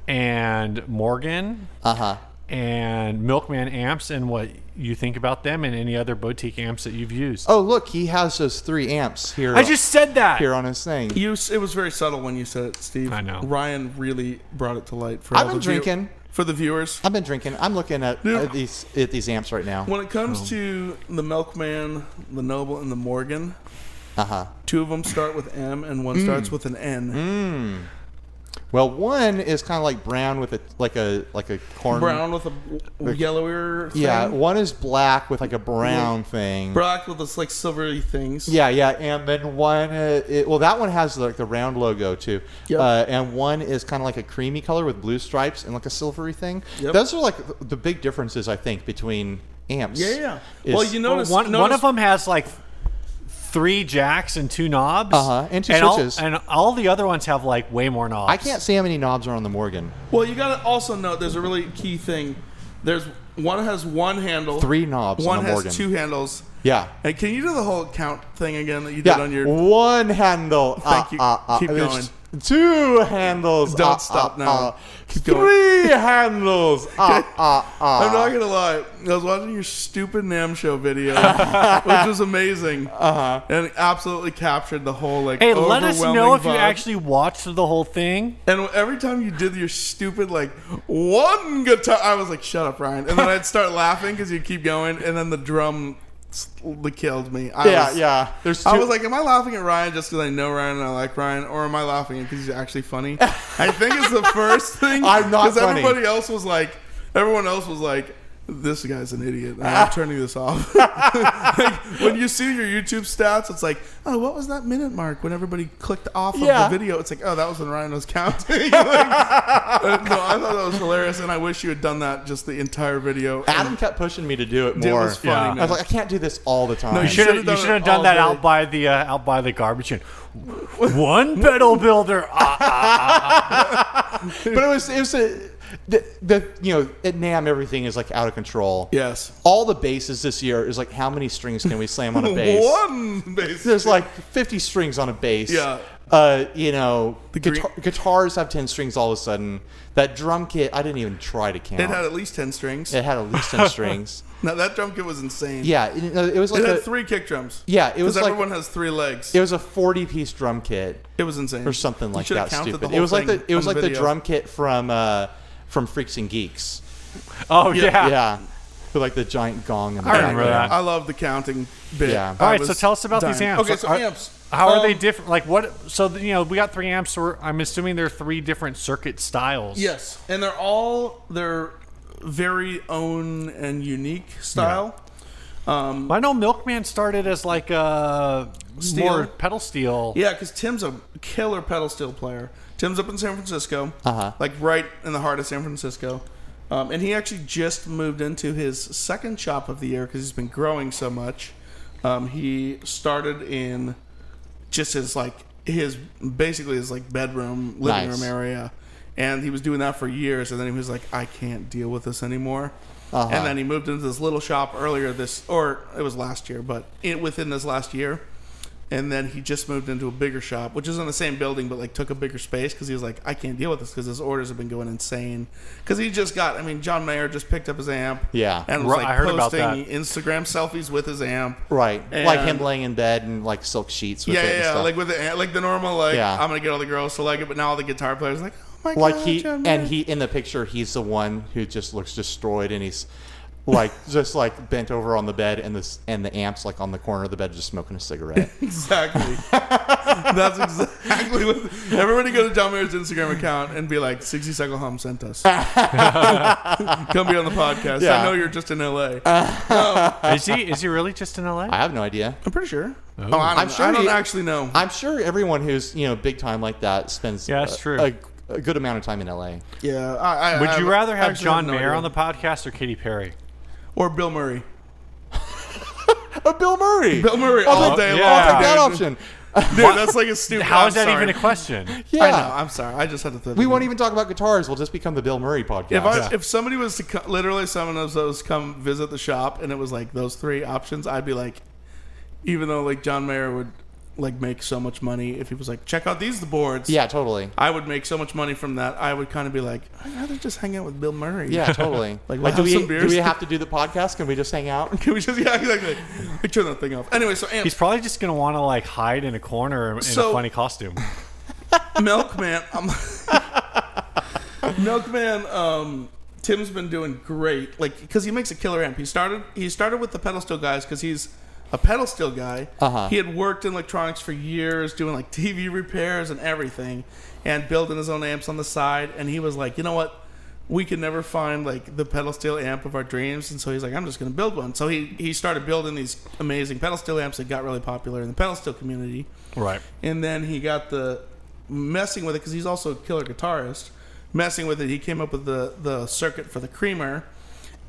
and Morgan
Uh huh.
and Milkman amps and what you think about them and any other boutique amps that you've used.
Oh, look, he has those three amps here.
I just said that.
here on his thing.
You, it was very subtle when you said it, Steve.
I know.
Ryan really brought it to light for.
I've
all
been
the view-
drinking.
for the viewers.
I've been drinking. I'm looking at,
Dude.
at these at these amps right now.
When it
Um,
comes to the Milkman, the Noble, and the Morgan,
Uh huh.
two of them start with M and one
Mm.
starts with an N.
Well, one is kind of like brown with a like a like a corn
Brown with a w- yellower thing.
Yeah, one is black with like a brown thing.
Black with this like silvery things.
Yeah, yeah, and then one. Uh, it, well, that one has like the round logo too,
Yep.
uh, and one is kind of like a creamy color with blue stripes and like a silvery thing.
Yep.
Those are like th- the big differences I think between amps.
Yeah, yeah.
Is-
well, you
Well,
notice,
one,
notice
one of them has like three jacks and two knobs,
Uh-huh, and two
all-
switches.
and all the other ones have like way more knobs.
I can't see how many knobs are on the Morgan.
Well, you gotta also note there's a really key thing. There's one has one handle,
Three knobs
One
on the
has
Morgan.
two handles.
Yeah.
And can you do the whole count thing again that you
Yeah,
did on your?
one handle.
*laughs* Thank
Ah,
you.
ah, ah.
Keep
There's Two handles.
Don't
Ah,
stop
ah,
now.
ah.
Keep going. *laughs*
Three handles. Ah, ah, ah.
I'm not gonna lie. I was watching your stupid Nam show video, *laughs* which was amazing, uh-huh. and it absolutely captured the whole like.
Hey, let us know
overwhelming
if you
vibe.
actually watched the whole thing.
And every time you did your stupid like one guitar, I was like, "Shut up, Ryan!" And then I'd start laughing because you keep going, and then the drum s- killed me. I
Yeah,
was,
yeah. There's two.
I was like, "Am I laughing at Ryan just because I know Ryan and I like Ryan, or am I laughing because he's actually
*laughs*
funny?" I think it's the first thing.
I'm not funny.
everybody else was like, everyone else was like, "This guy's an idiot." and
*laughs*
I'm turning this off. like, when you see your YouTube stats, it's like, "Oh, what was that minute mark when everybody clicked off
Yeah.
of the video?" It's like, "Oh, that was when Ryan was counting." *laughs* Like, uh, no, I thought that was hilarious, and I wish you had done that just the entire video.
Adam kept pushing me to do it more.
Dude, it was funny,
Yeah.
man.
I was like, I can't do this all the time.
you
You should
should've
have
done
done,
it all
that
day.
out by the uh, out by the garbage can. One pedal builder. Ah, ah.
but it was it was a, the, the you know at Nam everything is like out of control.
yes.
All the basses this year is like how many strings can we slam
*laughs*
on a *laughs* bass?
One bass.
There's like 50 strings on a bass.
Yeah.
Uh, you know,
The
guitar- guitars have 10 strings all of a sudden. That drum kit, I didn't even try to count.
It had at least ten strings.
It had at
*laughs*
least 10 strings.
Now that drum kit was insane.
Yeah, it, it was like
it
a,
had three kick drums.
yeah, it was
because
like
everyone has three legs.
it
It,
was a 40 piece drum kit.
was insane,
or something
You
like
should've
that.
counted the
Stupid.
whole
It was like
thing
the it was
on
like the
video.
drum kit from uh, from Freaks and Geeks.
*laughs* Oh yeah.
Yeah, with like the giant gong. In the
I remember
background.
that.
I love the counting bit.
Yeah.
I
All right,
was
so tell us about these
dying.
amps.
Okay, so
Are-
amps.
How are they
Um,
different? Like what? So you know, we got three amps. So we're, I'm assuming there are three different circuit styles.
Yes, and they're all their very own and unique style.
I know Milkman started as like a
Steel.
more pedal steel.
Yeah, because Tim's a killer pedal steel player. Tim's up in San Francisco,
Uh-huh.
like right in the heart of San Francisco. Um, and he actually just moved into his second shop of the year because he's been growing so much. Um, he started in just his like his basically his like bedroom living
Nice.
room area, and he was doing that for years. And then he was like, I can't deal with this anymore.
Uh-huh.
And then he moved into this little shop earlier this, or it was last year, but it, within this last year. And then he just moved into a bigger shop, which is in the same building, but like took a bigger space because he was like, I can't deal with this because his orders have been going insane. Because he just got, I mean, John Mayer just picked up his amp,
Yeah.
and was
Right,
like
I heard about
posting Instagram selfies with his amp,
Right, like
And-
him laying in bed and like silk sheets with
yeah,
it. and
yeah, yeah.
stuff.
like with the like the normal like
Yeah.
I'm gonna get all the girls to like it, but now all the guitar players are like oh my
like
god,
he
John
and
Mayer."
he in the picture he's the one who just looks destroyed and he's like *laughs* just like bent over on the bed and this and the amps like on the corner of the bed just smoking a cigarette.
*laughs* exactly. That's exactly what *laughs* everybody go to John Mayer's Instagram account and be like 60 Cycle Hum sent us. Come be on the podcast. I
Yeah.
know you're just in LA.
Is he? Is he really just in
*laughs*
LA?
I have no idea.
I'm pretty sure. Oh, I don't,
I'm sure
I don't
he-
actually know.
I'm sure everyone who's you know big time like that spends
Yeah, that's
a-
true.
A, a good amount of time in L.A.
yeah. I, I,
Would
I
you rather have
actually
John
no
Mayer
idea.
on the podcast or Katy Perry?
or Bill Murray?
Uh, Bill Murray.
Bill Murray
I'll
all
take-
day
yeah.
long.
Oh, I'll take that
dude.
option.
Dude, that's like a stupid.
How
I'm
is that
sorry.
even a question?
*laughs*
Yeah.
I know. I'm sorry. I just had to. throw
We
that
won't
in.
even talk about guitars. We'll just become the Bill Murray podcast.
If I,
Yeah.
if somebody was to co- literally someone of those come visit the shop and it was like those three options, I'd be like, even though like John Mayer would like make so much money if he was like, check out these the boards.
Yeah, totally.
I would make so much money from that. I would kind of be like, I'd rather just hang out with Bill Murray.
Yeah, totally.
Like, we'll
do
have
we
some
do
beers.
we have to do the podcast? Can we just hang out?
*laughs* Can we just yeah exactly? Like, turn that thing off. Anyway, so Ant-
He's probably just gonna want to like hide in a corner in
So-
a funny costume.
Milkman, um, *laughs* Milkman, um, Tim's been doing great. Like, because he makes a killer amp. He started. He started with the pedal steel guys because he's a pedal steel guy.
Uh-huh.
He had worked in electronics for years, doing like TV repairs and everything, and building his own amps on the side. And he was like, you know what? We can never find like the pedal steel amp of our dreams, and so he's like, I'm just going to build one. So he he started building these amazing pedal steel amps that got really popular in the pedal steel community
right.
and then he got the messing with it because he's also a killer guitarist. Messing with it, he came up with the the circuit for the creamer,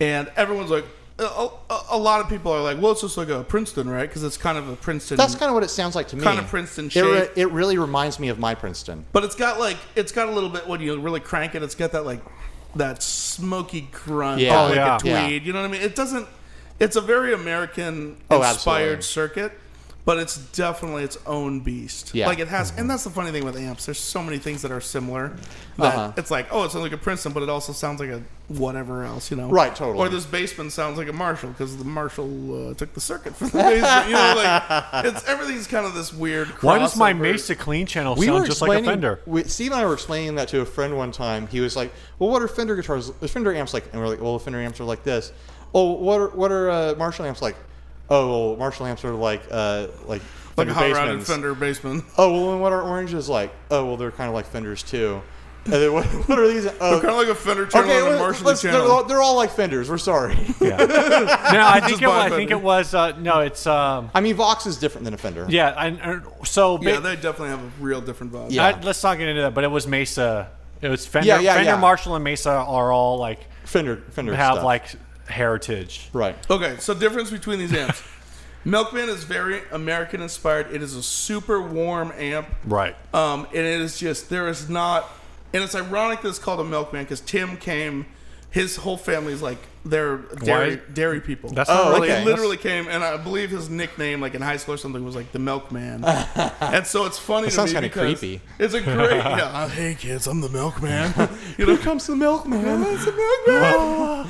and everyone's like, a, a, a lot of people are like, well, it's just like a Princeton, right? Because it's kind of a Princeton.
That's kind of what it sounds like to me.
Kind of Princeton
It, re-
shape.
it really reminds me of my Princeton.
but it's got like it's got a little bit when you really crank it, it's got that like that smoky grunt,
Yeah.
of,
Oh,
like
yeah.
a tweed.
Yeah.
You know what I mean? It doesn't. It's a very American
Oh, absolutely.
inspired circuit, but it's definitely its own beast.
Yeah. Mm-hmm.
Like it has, and that's the funny thing with amps. There's so many things that are similar that
Uh-huh.
it's like, oh, it sounds like a Princeton, but it also sounds like a whatever else, you know?
Right, totally.
Or this basement sounds like a Marshall because the Marshall uh, took the circuit from the basement. you know,
*laughs*
like it's everything's kind of this weird.
Why does my
crossover.
Mesa Clean channel
We
sound
were
just like a
explaining-
Fender?
*laughs*
We, Steve and I were explaining that to a friend one time. He was like, "Well, what are Fender guitars? uh, Fender amps like?" And we're like, "Well, Fender amps are like this." Oh, what are what are uh, Marshall amps like? Oh, well, Marshall amps are like uh, like
Like a
Fender
hot rounded
basements.
Fender basement. *laughs*
Oh, well, and what are oranges like? Oh, well, they're kind of like Fenders too. And then what, *laughs* what are these? Oh,
Kind of like a Fender channel
okay,
and a
let's-
Marshall
let's- They're, all,
channel.
they're all like Fenders. We're sorry. *laughs*
Yeah. no, I think
Just
it,
buy
I
a
think
Fender.
it was uh, no. It's um,
I mean, Vox is different than a Fender.
yeah. I, I- so
Yeah,
ba-
they definitely have a real different vibe.
Yeah.
I- let's not get into that. But it was Mesa. It was Fender.
Yeah, yeah,
Fender,
yeah.
Marshall, and Mesa are all like
Fender, Fender
have
stuff.
like heritage.
right.
Okay, so difference between these amps.
*laughs*
Milkman is very American inspired. It is a super warm amp.
Right.
Um, and it is just there is not, and it's ironic that it's called a milkman because Tim came, his whole family's like they're dairy dairy people.
That's
Oh,
not
like
really.
okay.
he literally came, and I believe his nickname, like in high school or something, was like the
*laughs*
Milkman. and so it's funny. to
sounds
me
kinda
because
creepy.
It's a
*laughs*
great. Yeah, uh, hey kids, I'm the Milkman. *laughs* you know,
comes the milkman.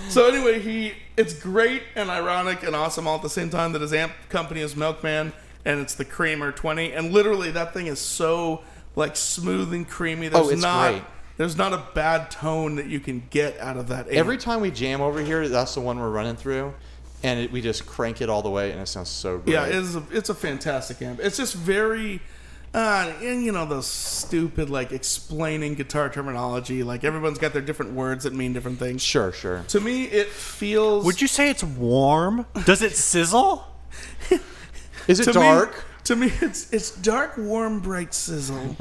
so anyway, he it's great and ironic and awesome all at the same time that his amp company is Milkman and it's the Creamer 20 and literally that thing is so like smooth and creamy. There's
Oh, it's
not
great.
there's not a bad tone that you can get out of that amp.
Every time we jam over here, that's the one we're running through, and it, we just crank it all the way, and it sounds so great.
yeah, it's a, it's a fantastic amp. It's just very uh, and you know those stupid like explaining guitar terminology like everyone's got their different words that mean different things.
sure, sure.
To me, it feels
Would you say it's warm? Does it sizzle?
Is it
to
dark?
Me, to me, it's it's dark, warm, bright
*laughs*
sizzle.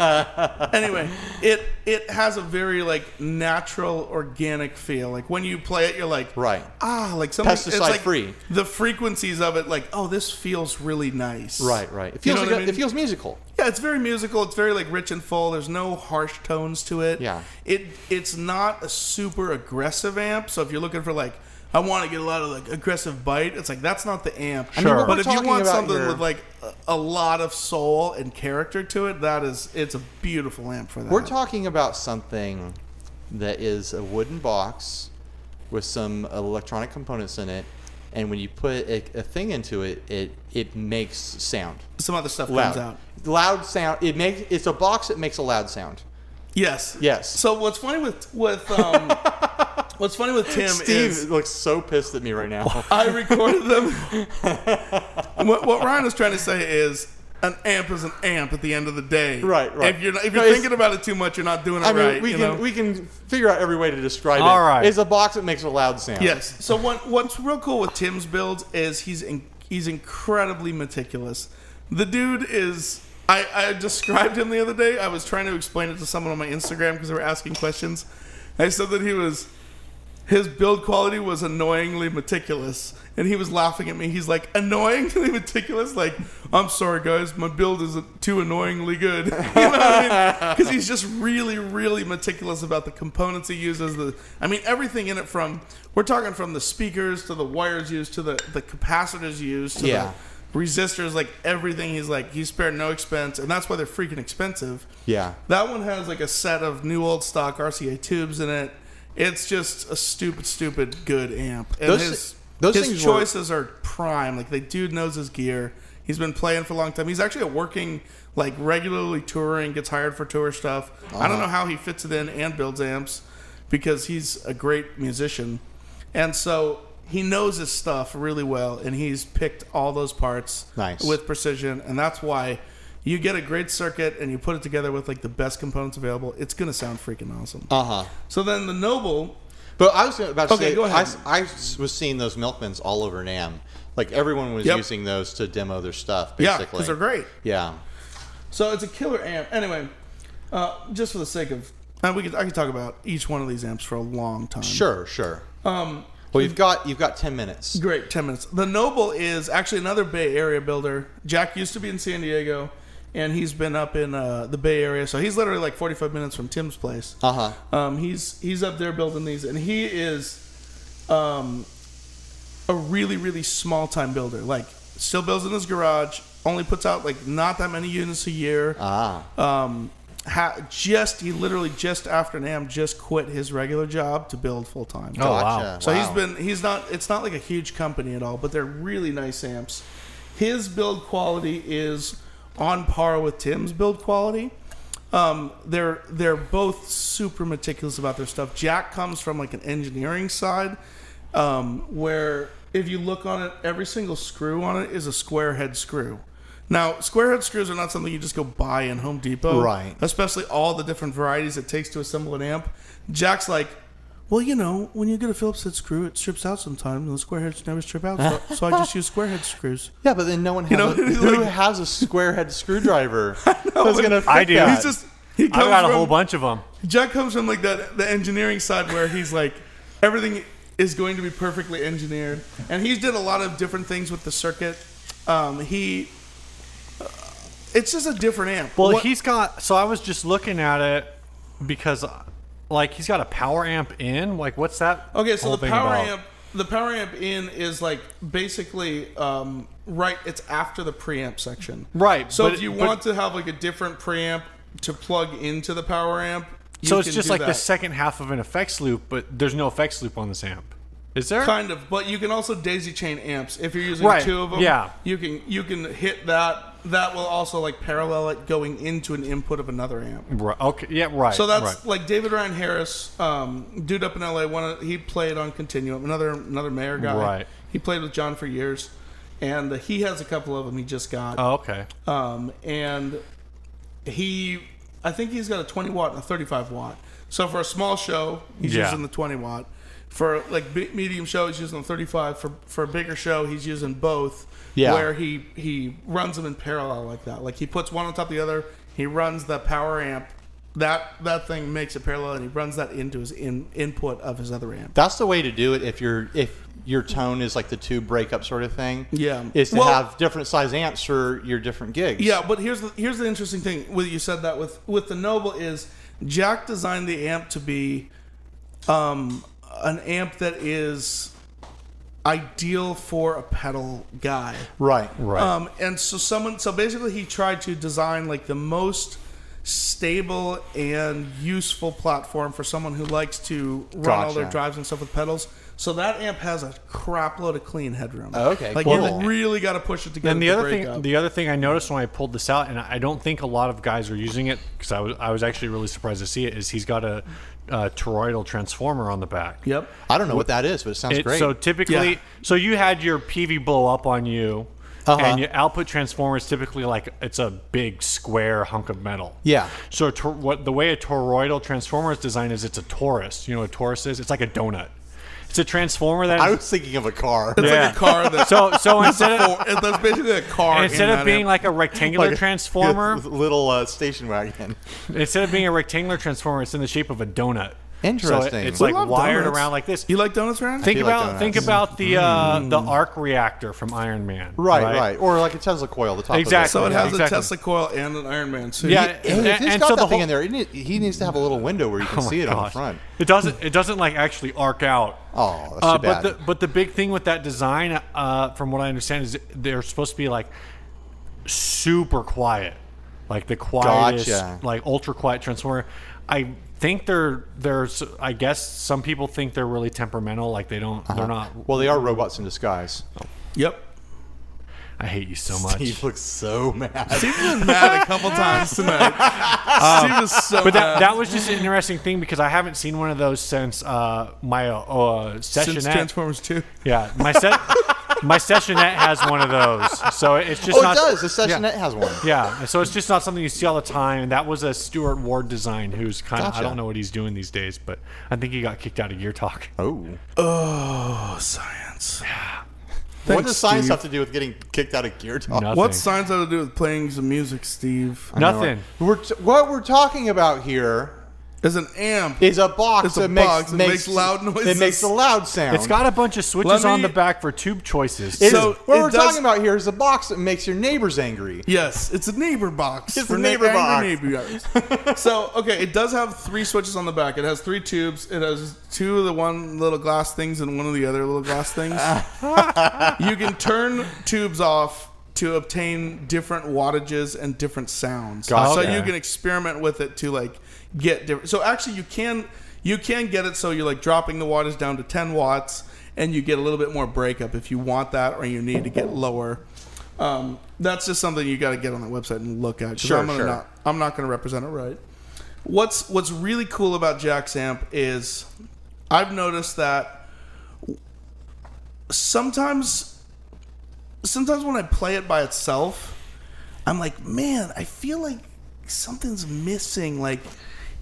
anyway, it it has a very like natural, organic feel. Like when you play it, you're like,
Right.
ah, like something it's like
Pesticide-free.
The frequencies of it, like, oh, this feels really nice.
Right, right. It
You
feels
know
like
what
a-
I
it
mean?
feels musical.
Yeah, it's very musical. It's very like rich and full. There's no harsh tones to it.
Yeah.
It it's not a super aggressive amp. So if you're looking for like I want to get a lot of like aggressive bite, it's like that's not the amp.
I mean, Sure. we're
But if you
talking
want
about
something
your-
with like a, a lot of soul and character to it, that is it's a beautiful amp for that.
We're talking about something that is a wooden box with some electronic components in it, and when you put a, a thing into it, it it makes sound.
some other stuff
Loud,
comes out.
loud sound. It makes it's a box that makes a loud sound.
Yes.
Yes.
So what's funny with with um *laughs* what's funny with Tim
Steve
is
looks so pissed at me right now.
I recorded them.
*laughs*
what, what Ryan is trying to say is an amp is an amp at the end of the day.
Right, right.
If you're not, if
No,
you're
it's-
thinking about it too much, you're not doing it
I mean,
right.
we
you know?
can we can figure out every way to describe it.
All right.
It's a box that makes a loud sound.
Yes. So what, what's real cool with Tim's builds is he's in, he's incredibly meticulous. The dude is. I, I described him the other day. I was trying to explain it to someone on my Instagram because they were asking questions. I said that he was. His build quality was annoyingly meticulous, and he was laughing at me. He's like, annoyingly meticulous? Like, I'm sorry, guys, my build isn't too annoyingly good. *laughs* you know what I mean? Because he's just really, really meticulous about the components he uses. The, I mean, everything in it from, we're talking from the speakers to the wires used to the, the capacitors used to
Yeah.
the resistors, like everything. He's like he spared no expense, and that's why they're freaking expensive.
Yeah.
That one has like a set of new old stock RCA tubes in it. It's just a stupid, stupid good amp. And
Those-
his,
those
his
things were-
choices are prime. Like the dude knows his gear. He's been playing for a long time. He's actually a working, like regularly touring, gets hired for tour stuff. I
Uh-huh.
don't know how he fits it in and builds amps because he's a great musician. And so he knows his stuff really well and he's picked all those parts
Nice.
with precision, and that's why you get a great circuit and you put it together with like the best components available. It's gonna sound freaking awesome.
Uh huh.
so then the Noble,
But I was about to
Okay,
say,
go ahead.
I, I was seeing those milkmans all over Nam. Like everyone was
Yep.
using those to demo their stuff.
Yeah,
Basically,
'cause they're great.
Yeah.
so it's a killer amp. Anyway, uh, just for the sake of, uh, we could I could talk about each one of these amps for a long time.
Sure. Sure. Um. Well, you've got you've got ten minutes.
Great, 10 minutes. The Noble is actually another Bay Area builder. Jack used to be in San Diego, and he's been up in uh, the Bay Area. So he's literally like 45 minutes from Tim's place.
Uh huh.
Um, he's he's up there building these, and he is um, a really really small time builder. Like still builds in his garage, only puts out like not that many units a year.
Ah.
Um, ha- just he literally just after Nam just quit his regular job to build full time.
Oh, wow.
gotcha.
So he's
Wow.
been he's not it's not like a huge company at all, but they're really nice amps. His build quality is on par with Tim's build quality. Um, they're they're both super meticulous about their stuff. Jack comes from like an engineering side, um, where if you look on it, every single screw on it is a square head screw. Now, square head screws are not something you just go buy in Home Depot,
Right.
Especially all the different varieties it takes to assemble an amp. Jack's like, well, you know, when you get a Phillips head screw, it strips out sometimes, and the square heads never strip out, so, so I
*laughs*
just use square head screws.
Yeah, but then no one has
know, *laughs*
a, who
like-
has a square head
*laughs*
screwdriver. Who's gonna
I
fit
do.
that?
Yeah.
He's just he
I
comes
got a
from,
whole bunch of them.
Jack comes from like the the engineering side where he's like everything is going to be perfectly engineered, and he's did a lot of different things with the circuit. Um, he, uh, it's just a different amp.
Well,
What-
he's got. So I was just looking at it because, uh, like, he's got a power amp in. Like, what's that?
Okay, so
whole
the
thing
power
about?
amp, the power amp in is like basically um, right. It's after the preamp section,
Right,
So
but
if you
it- but-
want to have like a different preamp to plug into the power amp, you
So it's
can
just
do
like the
that.
second half of an effects loop, but there's no effects loop on this amp. Is there?
kind of. But you can also daisy chain amps if you're using
Right,
two of them.
yeah.
you can you can hit that. That will also like parallel it going into an input of another amp.
Right, okay. Yeah. Right.
So that's
right.
like David Ryan Harris, um, dude up in LA. One of, he played on Continuum, another another mayor guy.
Right.
He played with John for years, and uh, he has a couple of them. He just got,
Oh, okay.
um, and he, I think he's got a 20 watt and a 35 watt. So for a small show, he's
Yeah.
using the 20 watt. For like big, medium show, he's using the 35. For for a bigger show, he's using both.
Yeah.
Where he he runs them in parallel like that. Like he puts one on top of the other. He runs the power amp. That that thing makes it parallel, and he runs that into his in, input of his other amp.
That's the way to do it if your if your tone is like the tube breakup sort of thing.
Yeah.
Is to
Well-
have different size amps for your different gigs.
Yeah, but here's the here's the interesting thing. With you said that with with the Noble is Jack designed the amp to be um, an amp that is ideal for a pedal guy.
Right.
Right.
Um, and so someone so basically he tried to design like the most stable and useful platform for someone who likes to run all their
Gotcha.
drives and stuff with pedals. So that amp has a crap load of clean headroom.
Okay,
like
cool.
you really got to push it together.
And the
to
other
break
thing,
up.
the other thing I noticed when I pulled this out, and I don't think a lot of guys are using it because I was I was actually really surprised to see it. Is he's got a, uh toroidal transformer on the back?
yep.
I don't know what that is, but it sounds
It-
great.
So typically,
Yeah.
so you had your PV blow up on you,
Uh-huh.
and your output transformer is typically like it's a big square hunk of metal.
Yeah.
So tor- what the way a toroidal transformer is designed is it's a torus. You know what a torus is? It's like a donut. It's a transformer that
I
is-
was thinking of a car. *laughs*
It's
Yeah.
like a car that's
*laughs* so so instead of
Four- it- that's basically a car.
instead
in
of
that
being
amp.
like a rectangular transformer,
*laughs* little uh, station wagon.
Instead of being a rectangular transformer, it's in the shape of a donut.
Interesting.
So it- it's
We
like
love
wired
donuts.
around like this.
You like donuts, Ryan?
think
do like
about think
donuts. Mm.
about the uh, the arc reactor from Iron Man.
Right, right, Or like a Tesla coil, the top
Exactly.
of
so it
Yeah,
has
exactly.
a Tesla coil and an Iron Man suit.
Yeah.
it. And,
And-
if he's
and
got
so
that
the
thing
whole-
in there, it need- he needs to have a little window where you can
Oh my
see it on the
gosh.
front.
It doesn't. It doesn't like actually arc out.
Oh, that's too
Uh,
bad.
but the but the big thing with that design, uh, from what I understand, is they're supposed to be like super quiet, like the quietest,
Gotcha.
like ultra quiet transformer. I think they're there's. I guess some people think they're really temperamental, like they don't. They're not.
well, they are robots in disguise.
*laughs*
Yep.
I hate you so much.
*laughs* He looks so mad.
Steve's been mad a couple times
*laughs*
tonight. Steve is so
Uh, But that,
mad.
that was just an interesting thing because I haven't seen one of those since uh, my uh, session.
since
at-
Transformers 2.
Yeah, my set, my sessionette has one of those, so it's just
Oh,
not.
it does. The session that has one.
Yeah, so it's just not something you see all the time. And that was a Stuart Ward design, who's kind of
Gotcha.
I don't know what he's doing these days, but I think he got kicked out of Gear Talk.
Uh,
Oh.
Oh, science.
what does science
Steve.
have to do with getting kicked out of gear talk?
Nothing.
What science have to do with playing some music, Steve?
Nothing.
We're t- what we're talking about here
There's an amp.
is a box,
It's a
that, makes,
box that makes loud
It
noises.
makes a loud sound.
It's got a bunch of switches
Let
on the
me-
back for tube choices.
It is-
so
what
it
we're
does-
talking about here is a box that makes your neighbors angry.
Yes, it's a neighbor box.
It's
for
a neighbor
angry
*laughs*
neighbors. so, okay, it does have three switches on the back. It has three tubes. It has two of the one little glass things and one of the other little glass
*laughs*
things. you can turn tubes off to obtain different wattages and different sounds.
Gotcha.
So you can experiment with it to like get different. So actually, you can you can get it so you're like dropping the wattage down to 10 watts, and you get a little bit more breakup if you want that or you need to get lower. Um, that's just something you got to get on the website and look at. 'cause
Sure,
I'm gonna
sure.
Not, I'm not going to represent it right. What's What's really cool about Jack's amp is I've noticed that sometimes sometimes when I play it by itself, I'm like, man, I feel like something's missing. Like,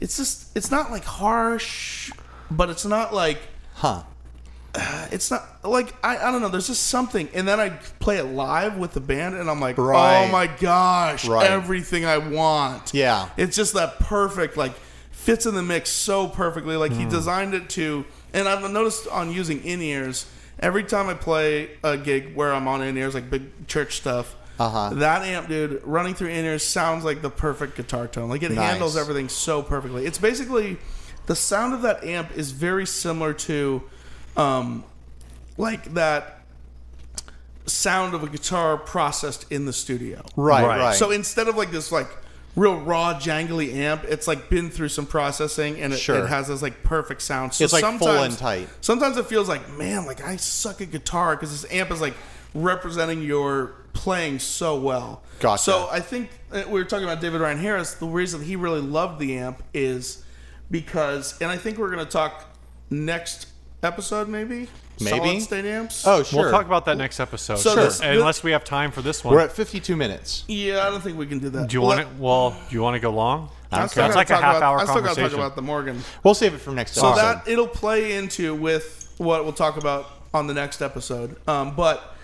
it's just, it's not like harsh, but it's not like,
Huh.
it's not like I, I don't know. There's just something, and then I play it live with the band, and I'm like,
Right.
oh my gosh,
Right.
everything I want.
Yeah.
it's just that perfect, like fits in the mix so perfectly. Like he designed it to, and I've noticed on using in ears. Every time I play a gig where I'm on in ears, like big church stuff,
Uh-huh.
that amp, dude, running through in ears sounds like the perfect guitar tone. Like it
Nice.
handles everything so perfectly. It's basically the sound of that amp is very similar to um, like that sound of a guitar processed in the studio.
Right, right.
Right.
So instead of like this like real raw jangly amp, it's like been through some processing and it,
Sure.
it has this like perfect sound. So
It's, like, full
sometimes-
and tight.
Sometimes it feels like man, like I suck at guitar because this amp is like representing your playing so well.
Gotcha.
So I think uh, we were talking about David Ryan Harris. The reason he really loved the amp is because, and I think we're going to talk next episode maybe.
Maybe.
Solid state amps.
oh, sure.
We'll talk about that next episode,
So
sure.
this-
unless we have time for this one.
We're at 52 minutes.
yeah, I don't think we can do that.
do you want it? Well, do you want to go long?
I
That's like a half hour
I still got to talk
conversation.
about the Morgan.
We'll save it for next
So
episode.
that it'll play into with what we'll talk about on the next episode. Um, but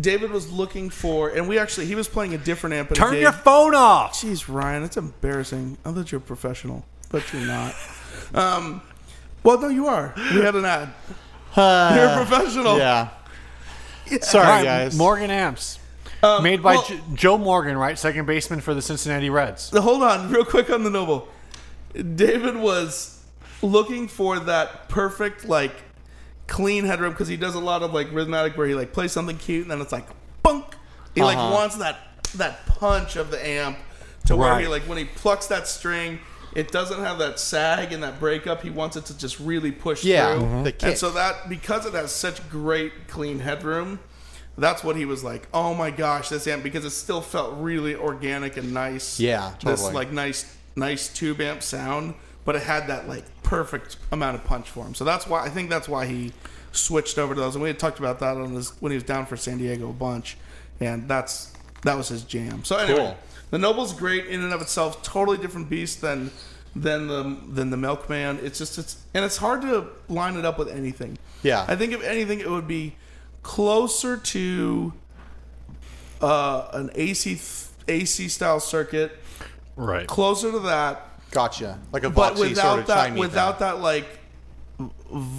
David was looking for, and we actually he was playing a different amp. at a
Turn
gig.
your phone off.
Jeez, Ryan, that's embarrassing. I thought you were professional, but you're not. Um, well, no, you are. We had an ad.
Uh,
You're a professional.
Yeah. Sorry,
All right,
guys.
Morgan Amps. Made by
Um, well-
J- Joe Morgan, right? Second baseman for the Cincinnati Reds.
Hold on, real quick on the noble. David was looking for that perfect, like, clean headroom because he does a lot of like rhythmatic where he like plays something cute and then it's like bunk. He
Uh-huh.
like wants that that punch of the amp to where he
Right.
like when he plucks that string, it doesn't have that sag and that breakup. He wants it to just really push
Yeah,
through.
mhm. the kick.
And so that because it has such great clean headroom. That's what he was like. Oh my gosh, this amp because it still felt really organic and nice
Yeah,
this
totally.
like nice nice tube amp sound, but it had that like perfect amount of punch for him. So that's why I think that's why he switched over to those. And we had talked about that on his when he was down for San Diego a bunch, and that's that was his jam. So anyway,
Cool.
the Noble's great in and of itself, totally different beast than than the than the Milkman. It's just it's and it's hard to line it up with anything.
Yeah.
I think if anything, it would be closer to uh, an AC AC style circuit
Right.
closer to that
Gotcha. Like a
but
boxy
without
sort of
that,
chimey
without
thing.
that like v-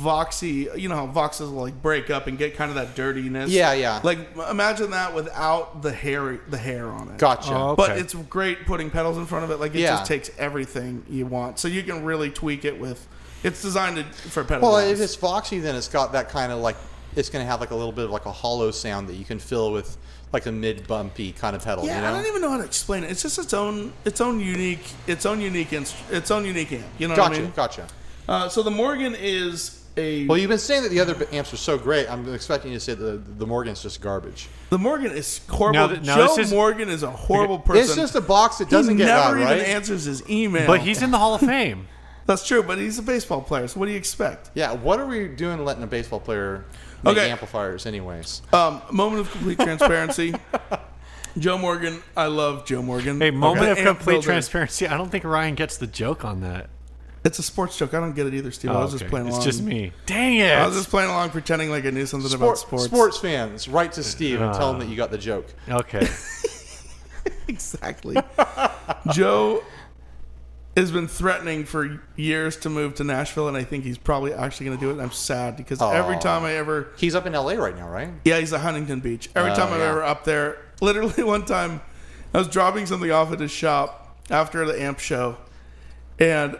voxy, you know how voxes will like break up and get kind of that dirtiness.
Yeah, yeah.
Like m- imagine that without the hair, the hair on it.
Gotcha.
Oh,
But
Okay.
it's great putting pedals in front of it. Like it
Yeah.
just takes everything you want, so you can really tweak it with. It's designed to, for pedal.
Well,
guys.
if it's Foxy, then it's got that kind of like it's going to have like a little bit of like a hollow sound that you can fill with like a mid bumpy kind of pedal.
yeah,
you know?
I don't even know how to explain it. It's just its own, its own unique, its own unique, inst- its own unique amp. You know what
Gotcha,
I mean?
gotcha.
Uh, so the Morgan is a
Well, you've been saying that the other amps are so great. I'm expecting you to say the the Morgan's just garbage.
the Morgan is horrible.
Now that- now
Joe
this is-
Morgan is a horrible person.
It's just a box that doesn't
he
get
never
loud,
even
right?
answers his email.
But he's in the Hall of *laughs* Fame.
that's true. But he's a baseball player, so what do you expect?
yeah, what are we doing letting a baseball player make
Okay.
amplifiers anyways?
Um, moment of complete transparency. Joe Morgan, I love Joe Morgan.
Hey, moment
The
of
amp
complete
builder.
transparency. I don't think Ryan gets the joke on that.
It's a sports joke. I don't get it either, Steve. I was just
Oh, Okay.
playing
It's
along.
just me. Dang
I
it!
was just playing along, pretending like I knew something about
Sport,
sports.
sports. fans, write
Uh,
to Steve and tell him that you got the joke.
okay.
*laughs* Exactly. Joe has been threatening for years to move to Nashville, and I think he's probably actually going to do it. And I'm sad because every
Aw.
time I ever,
He's up in L.A. right now, right?
yeah, he's at Huntington Beach. Every
Oh,
time I'm
yeah.
ever up there, *laughs* literally one time, I was dropping something off at his shop after the amp show, and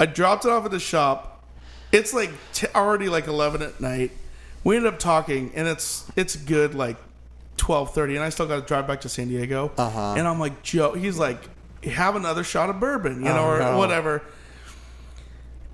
I dropped it off at his shop. It's like t- already like 11 at night. We ended up talking, and it's it's good like 12:30, and I still got to drive back to San Diego.
Uh-huh.
And I'm like Joe. He's like, have another shot of bourbon, you know,
Oh,
or
no.
whatever.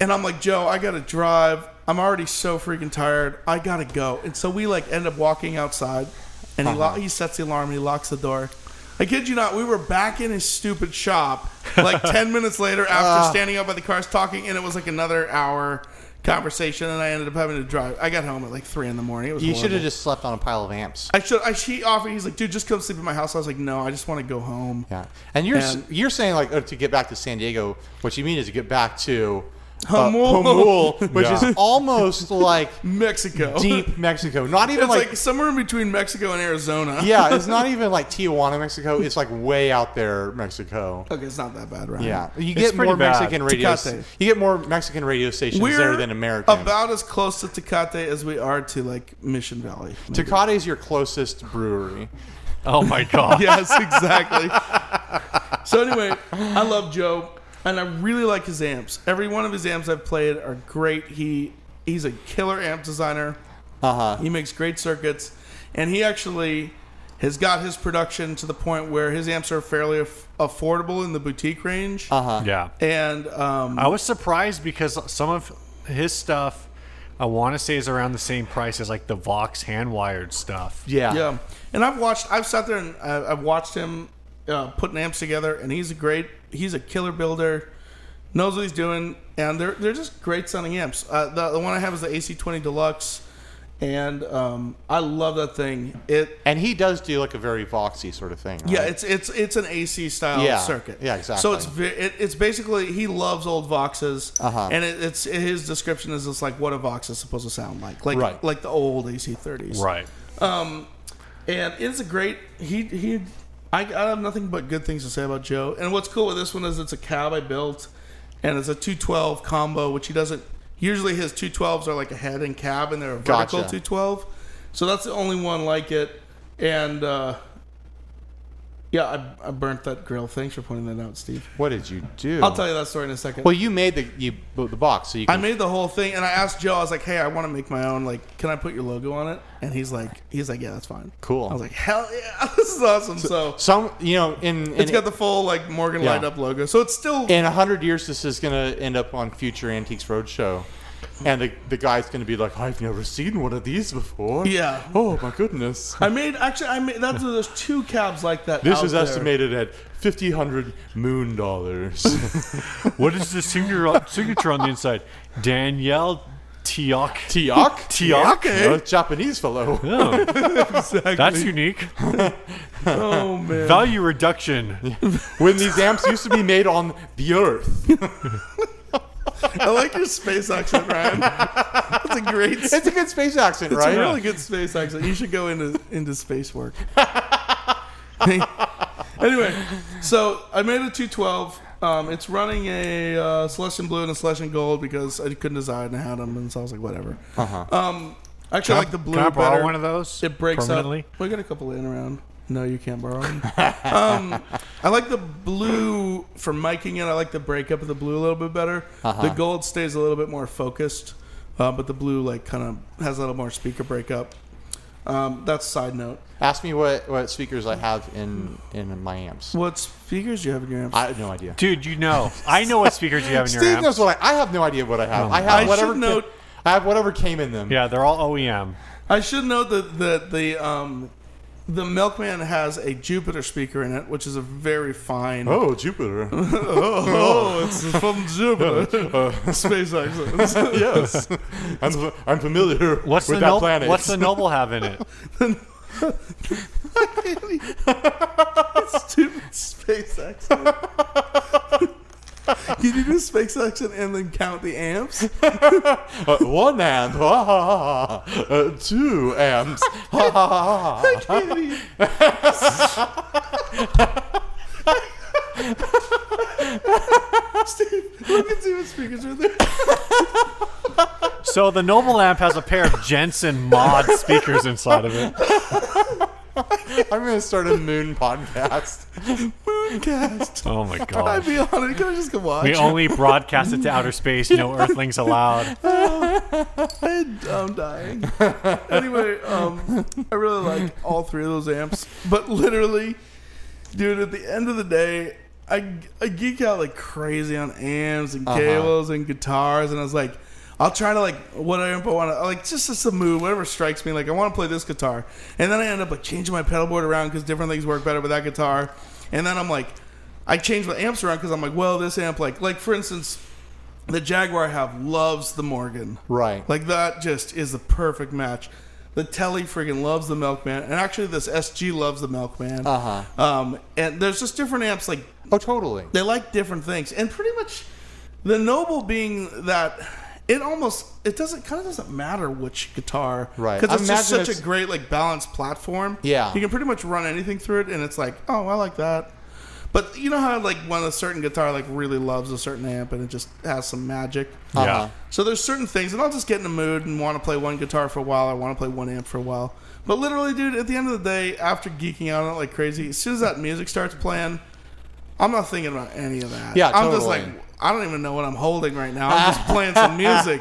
And I'm like Joe, I gotta drive. I'm already so freaking tired. I gotta go. And so we like end up walking outside, and he
Uh-huh.
lo- he sets the alarm. He locks the door. I kid you not. We were back in his stupid shop
*laughs*
like 10 minutes later
Ah.
after standing up by the cars talking, and it was like another hour conversation. And I ended up having to drive. I got home at like three in the morning. It was
You should
horrible.
have just slept on a pile of amps.
I should. I he offered. He's like, dude, just come sleep at my house. I was like, no, I just want to go home.
Yeah, and you're
And-
you're saying like oh, to get back to San Diego. What you mean is to get back to uh,
Humul. *laughs*
Humul, which
Yeah.
is almost like
Mexico.
deep Mexico. Not even
*laughs* It's like,
like,
somewhere in between Mexico and Arizona.
*laughs* yeah, it's not even like Tijuana, Mexico. It's like way out there, Mexico.
Okay, it's not that bad, right?
Yeah, you
It's
get
pretty
more
bad.
Mexican radio.
Tecate.
You get more Mexican radio stations
We're
there than American.
About as close to Tecate as we are to like Mission Valley. maybe.
Tecate is your closest brewery.
Oh my god.
*laughs* yes, exactly. so anyway, I love Joe, and I really like his amps. Every one of his amps I've played are great. He he's a killer amp designer.
Uh huh.
He makes great circuits, and he actually has got his production to the point where his amps are fairly aff- affordable in the boutique range.
Uh huh.
Yeah.
And um,
I was surprised because some of his stuff, I want to say, is around the same price as like the Vox hand wired stuff.
Yeah.
Yeah, and I've watched. I've sat there and I- I've watched him uh, putting amps together, and he's a great. He's a killer builder, knows what he's doing, and they're they're just great sounding amps. Uh, the the one I have is the AC20 Deluxe, and um, I love that thing. It
And he does do like a very voxy sort of thing. Right?
yeah, it's it's it's an AC style
Yeah.
circuit.
Yeah, exactly.
So it's ve- it, it's basically he loves old Voxes,
Uh-huh.
and it, it's his description is just like what a Vox is supposed to sound like, like
Right.
like the old AC30s.
Right.
And it's a great he he. I, I have nothing but good things to say about Joe. And what's cool with this one is it's a cab I built, and it's a two twelve combo, which he doesn't. Usually his two twelves are like a head and cab, and they're a vertical
Gotcha.
two twelve. So that's the only one like it. And uh, yeah, I, I burnt that grill. Thanks for pointing that out, Steve.
What did you do?
I'll tell you that story in a second.
Well, you made the you the box, so you. Can,
I made the whole thing, and I asked Joe. I was like, "Hey, I want to make my own. Like, can I put your logo on it?" And he's like, "He's like, yeah, that's fine."
Cool.
I was like, "Hell yeah, *laughs* this is awesome!" so
some you know in in,
It's got the full like Morgan
Yeah.
light up logo, so it's still
in a hundred years this is gonna end up on future Antiques Roadshow, and the the guy's gonna be like, I've never seen one of these before.
yeah.
Oh my goodness.
I made actually I made that's there's two cabs like that.
This
out
is
there.
estimated at fifty hundred
*laughs*
moon dollars.
What is the signature *laughs* signature on the inside? Danielle Tiok.
Tiak?
Tiak?
eh?
A Japanese fellow.
*laughs*
*laughs*
Oh,
Exactly.
that's unique.
oh *laughs* man.
Value reduction.
when these amps used to be made on the earth.
I like your space accent, *laughs* Ryan. That's a great. It's
It's a good space accent,
a
right?
really good space accent. You should go into into space *laughs* work. anyway, so I made a two twelve Um, it's running a uh, Celestian Blue and a Celestian Gold because I couldn't decide and I had them, and so I was like, whatever.
Uh-huh.
Um, actually, I like the blue
Can I borrow
better.
one of those?
It breaks up.
permanently?
We got a couple in around. No, you can't borrow
*laughs*
them. um, I like the blue for miking it. I like the breakup of the blue a little bit better.
Uh-huh.
The gold stays a little bit more focused, uh, but the blue like kind of has a little more speaker breakup. Um, that's a side note.
Ask me what, what speakers I have in in my amps.
What speakers do you have in your amp?
I have no idea.
Dude, you know. I know what speakers you have in your
Steve
amp.
knows what I, I have no idea what I have. I have
I
whatever.
should note-
I have whatever came in them.
Yeah, they're all E OEM.
I should note that the the um, the Milkman has a Jupiter speaker in it, which is a very fine.
Oh, Jupiter. *laughs* Uh,
oh, *laughs* it's from Jupiter. Space accents.
yes, *laughs* I'm, I'm familiar
What's
with
the
that
noble?
planet.
What's the noble have in
*laughs*
it?
*laughs* Stupid space accent. *laughs* Can you do space accent and then count the *laughs* amps?
Uh, one amp, *laughs* ha, ha, ha, ha. Uh, two *laughs* amps. Ha, ha, ha, ha, ha.
*laughs* Steve, look at Steven's speakers right there.
So the noble amp has a pair of Jensen
*laughs*
mod speakers inside of it.
I'm gonna start a moon podcast.
Mooncast.
Oh my
I'd
god.
be on it. Can I just go watch?
We only broadcast it to outer space. No Earthlings
*laughs*
allowed.
*laughs* I'm dying. anyway, um, I really like all three of those amps, but literally, dude, at the end of the day, I, I geek out like crazy on amps and cables and guitars, and I was like, I'll try to like what amp I want to like just just a move, whatever strikes me. Like I want to play this guitar, and then I end up like changing my pedal board around because different things work better with that guitar, and then I'm like, I change my amps around because I'm like, well, this amp like like for instance. The Jaguar I have loves the Morgan.
Right.
Like that just is the perfect match. The telly friggin' loves the Milkman, and actually this SG loves the Milkman.
Uh-huh.
Um, and there's just different amps like
Oh, totally.
they like different things, and pretty much the Noble being that it almost it doesn't kind of doesn't matter which guitar,
Right. I
Because it's just
imagine
such
it's-
a great like balanced platform.
Yeah.
You can pretty much run anything through it, and it's like, oh, I like that. But you know how like when a certain guitar like really loves a certain amp, and it just has some magic.
Uh-huh.
So there's certain things, and I'll just get in the mood and want to play one guitar for a while. I want to play one amp for a while. But literally, dude, at the end of the day, after geeking out on it like crazy, as soon as that music starts playing, I'm not thinking about any of that.
Yeah,
I'm just
totally.
like, I don't even know what I'm holding right now. I'm just playing some
*laughs*
music,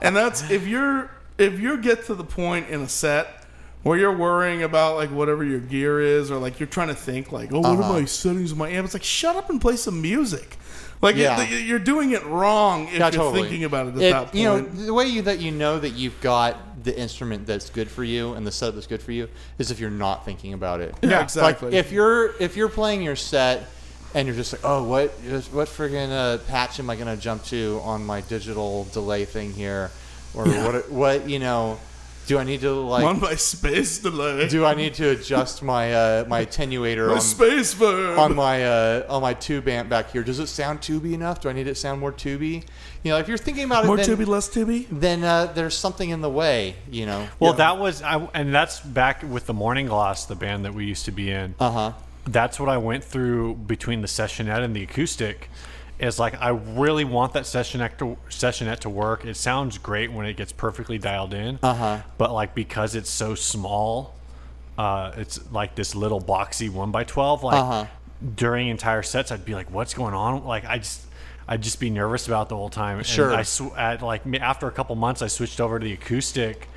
and that's if you're if you get to the point in a set where you're worrying about like whatever your gear is, or like you're trying to think like, oh,
Uh-huh.
what are my settings of my amp? It's like, shut up and play some music. Like it-
Yeah.
you're doing it wrong if
Yeah,
you're
totally.
thinking about it at
It-
that point.
You know, the way you, that you know that you've got the instrument that's good for you and the set that's good for you is if you're not thinking about it.
Yeah,
Like,
exactly.
if you're if you're playing your set and you're just like, oh, what what friggin' uh, patch am I gonna jump to on my digital delay thing here, or what what you know, do I need to like
one by space delay.
do I need to adjust my uh, my attenuator
a
on,
space verb.
on my uh, on my tube amp back here? Does it sound tubey enough? Do I need it to sound more tubey? You know, if you're thinking about it,
More
then,
tubby, less tubby.
then uh, there's something in the way, you know.
Well,
Yeah.
that was, I, and that's back with the Morning Gloss, the band that we used to be in.
Uh huh.
that's what I went through between the sessionette and the acoustic. Is like I really want that sessionette to, sessionette to work. It sounds great when it gets perfectly dialed in.
Uh-huh.
But like because it's so small, uh, it's like this little boxy one by twelve. Like
Uh-huh.
during entire sets, I'd be like, "What's going on?" Like I just. I'd just be nervous about the whole time. And
Sure.
I sw- at like m- after a couple months, I switched over to the acoustic,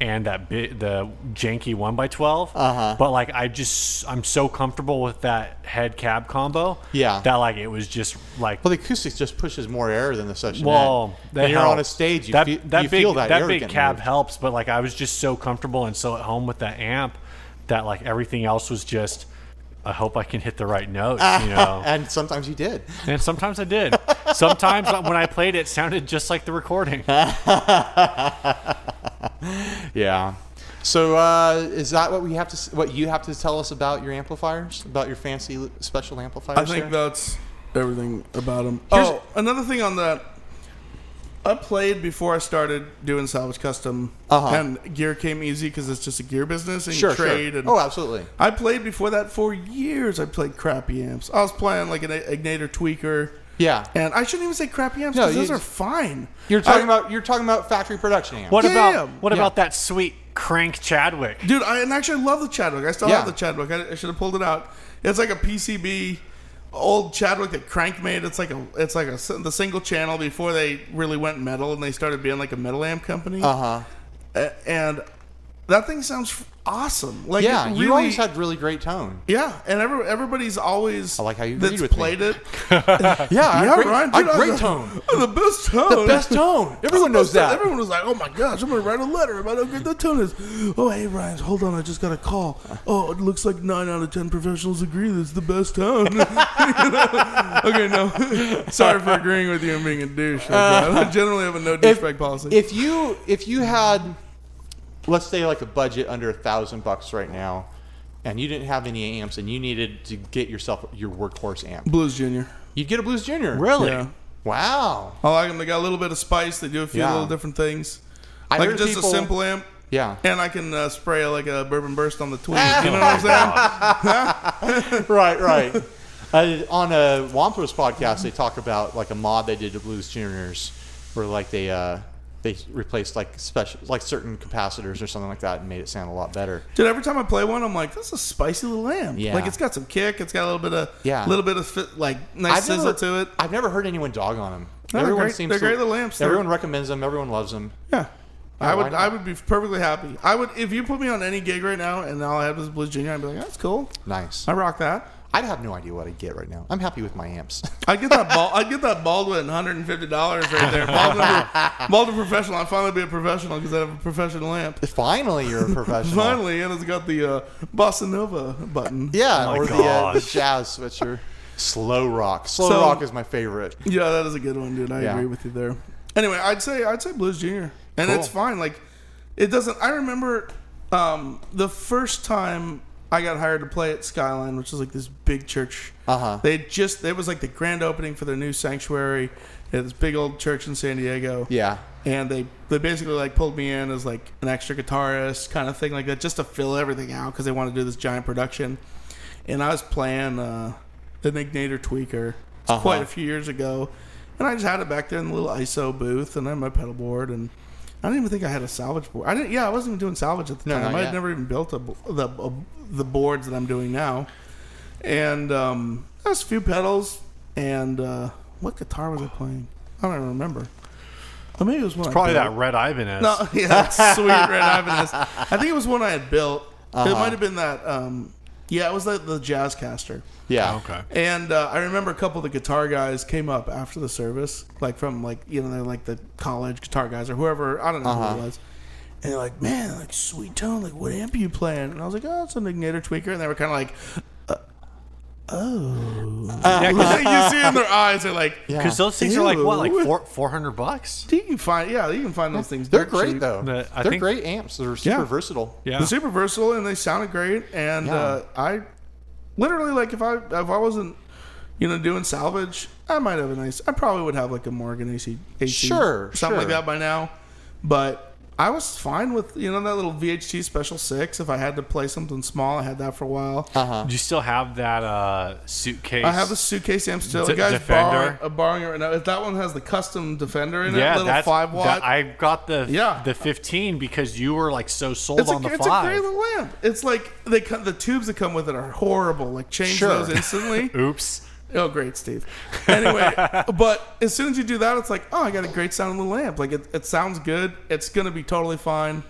and that bit the janky one by 12
Uh-huh.
But like I just I'm so comfortable with that head cab combo.
Yeah.
That like it was just like
Well, the acoustics just pushes more air than the session.
whoa. that
and you're on a
helped.
stage. You,
that,
feel,
that
you
big,
feel that air
big
getting
cab
moved.
helps, but like I was just so comfortable and so at home with that amp that like everything else was just. I hope I can hit the right notes,
*laughs*
you know.
and sometimes you did.
And sometimes I did. Sometimes when I played, it sounded just like the recording.
Yeah. So uh, is that what we have to? s- What you have to tell us about your amplifiers? About your fancy l- special amplifiers?
I think
there?
that's everything about him.
Here's-
oh, another thing on that. I played before I started doing salvage custom,
Uh-huh.
and gear came easy because it's just a gear business and you
Sure,
trade.
sure.
And
oh, absolutely.
I played before that for years. I played crappy amps. I was playing like an Ignator tweaker,
Yeah.
and I shouldn't even say crappy amps
No,
because
you
those are
just-
fine.
You're talking
I-
about you're talking about factory production amps.
What
Yeah,
about
yeah.
what
Yeah.
about that sweet crank Chadwick?
Dude, I, and actually I love the Chadwick. I still
Yeah.
have the Chadwick. I, I should have pulled it out. It's like a PCB old Chadwick that Crank made. It's like a it's like a s- the single channel before they really went metal and they started being like a metal amp company.
Uh huh.
A- and that thing sounds f- awesome. Like
Yeah,
it
you
really-
always had really great tone.
yeah, and every, everybody's always
I like how you
that's
read with me.
played it.
Yeah, I had
Yeah,
great,
Ryan,
I had
dude, I was
great
like,
tone.
"Oh, *laughs* the best tone.
The best tone. Everyone knows that.
Everyone was like, "Oh my gosh, I'm gonna write a letter about how good the tone is." Oh, hey, Ryan, hold on, I just got a
*laughs*
call. Oh, it looks like nine out of ten professionals agree that it's the best tone. *laughs* You know? Okay, no, *laughs* sorry for agreeing with you and being a douche. Like that. *laughs* I generally have a no
Uh, If-
douchebag policy.
If you if you had, let's say like a budget under a thousand bucks right now, and you didn't have any amps, and you needed to get yourself your workhorse amp,
Blues Junior,
you'd get a Blues Junior.
Really?
yeah,
Wow.
I like them. They got a little bit of spice. They do a few
Yeah.
little different things.
I
like
heard
just
people-
a simple amp,
Yeah.
and I can uh, spray like a bourbon burst on the
*laughs*
tweed. You know what I'm saying?
right. *laughs* Right. Uh, on a Wampus podcast, they talk about like a mod they did to Blues Juniors, where like they uh, they replaced like special like certain capacitors or something like that and made it sound a lot better.
Dude, every time I play one, I'm like, "That's a spicy little lamb."
Yeah.
like it's got some kick. It's got a little bit of
Yeah.
little bit of fi- like nice sizzle
never,
to it.
I've never heard anyone dog on them.
No, they're
everyone
great-
seems
they're
to,
great little amps. They're-
Everyone recommends them. Everyone loves them.
Yeah, I
why
would
not?
I would be perfectly happy. I would if you put me on any gig right now and all I have is Blues Junior. I'd be like, "That's cool.
Nice.
I rock that."
I'd have no idea what I'd get right now. I'm happy with my amps. *laughs*
I'd get that ball. I'd get that Baldwin 150 dollars right
*laughs*
there. Baldwin, Baldwin professional. I'd finally be a professional because I have a professional amp.
Finally, you're
*laughs*
a professional.
Finally, and it's got the uh, bossa nova button.
Yeah,
Oh my
or the, uh, the
gosh.
jazz switcher. Slow rock. Slow
So-
rock is my favorite.
Yeah, that is a good one, dude. I
Yeah.
agree with you there. Anyway, I'd say I'd say Blues Junior, and
Cool.
it's fine. Like, it doesn't. I remember um, the first time I got hired to play at Skyline, which is like this big church.
Uh-huh.
They had just it was like the grand opening for their new sanctuary. They had this big old church in San Diego.
Yeah.
And they, they basically like pulled me in as like an extra guitarist kind of thing like that just to fill everything out because they wanted to do this giant production. And I was playing uh, the Ignator Tweaker It's
Uh-huh.
quite a few years ago, and I just had it back there in the little ISO booth, and I had my pedal board, and I didn't even think I had a salvage board. I didn't. Yeah, I wasn't even doing salvage at the
No,
time.
not
I
yet.
had never even built a, bo- the a, the boards that I'm doing now, and um, that was a few pedals, and uh, what guitar was I playing? I don't even remember. Or maybe it was one. I
Probably
built.
that red Ibanez.
*laughs* No, yeah, that's sweet red Ibanez. I think it was one I had built. It
Uh-huh.
might have been that. Um, yeah, it was the, the Jazzcaster.
Yeah.
Oh, Okay.
And uh, I remember a couple of the guitar guys came up after the service, like from like you know they're like the college guitar guys or whoever I don't know
Uh-huh.
who it was. And they're like, man, like sweet tone, like what amp are you playing? And I was like, oh, it's an Ignator Tweaker. And they were kind of like,
Yeah, 'cause-
you see
*laughs*
in their eyes, they're like,
Yeah.
Because those things are like what, like
Ew.
four four hundred bucks?
you can find, yeah, you can find those things.
They're
dirt
great
cheap.
though.
The- I
They're
think-
great amps. They're super
Yeah.
versatile.
Yeah.
They're super versatile and they sounded great. And
Yeah.
uh, I literally like if I if I wasn't you know doing salvage, I might have a nice. I probably would have like a Morgan AC, AC
Sure,
something like
sure.
that by now. But I was fine with you know that little VHT Special Six. If I had to play something small, I had that for a while.
Uh huh.
Do you still have that uh, suitcase?
I have a suitcase amp still.
D-
The guy's borrowing,
Defender?
uh, borrowing it right now. That one has the custom Defender in it,
yeah,
little
that's
five watt.
that- I got the
Yeah.
the fifteen because you were like so sold
It's, a,
on the
it's a
five.
great little amp. It's like they cut the tubes that come with it are horrible. Like change
Sure.
those instantly.
Oops.
Oh, great, Steve. Anyway, but as soon as you do that, it's like, oh, I got a great sounding little amp. Like it, it sounds good. It's gonna be totally fine.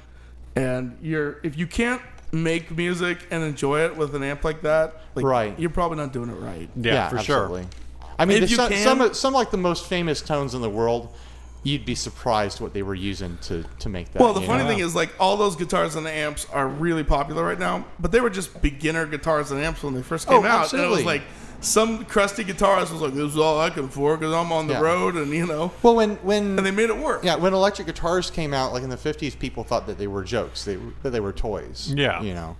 And you're if you can't make music and enjoy it with an amp like that, like,
Right.
You're probably not doing it right.
Yeah, for
absolutely.
sure.
I mean,
If
there's
you
some,
can-
some some like the most famous tones in the world, you'd be surprised what they were using to to make that.
Well, the
you
funny
know?
thing is, like, all those guitars and the amps are really popular right now, but they were just beginner guitars and amps when they first came
Oh,
out. And it
absolutely.
was like some crusty guitarist was like, "This is all I can afford because I'm on the
Yeah.
road," and you know,
well, when when
and they made it work.
yeah, when electric guitars came out, like in the '50s, people thought that they were jokes. They were- that they were toys.
Yeah.
you know.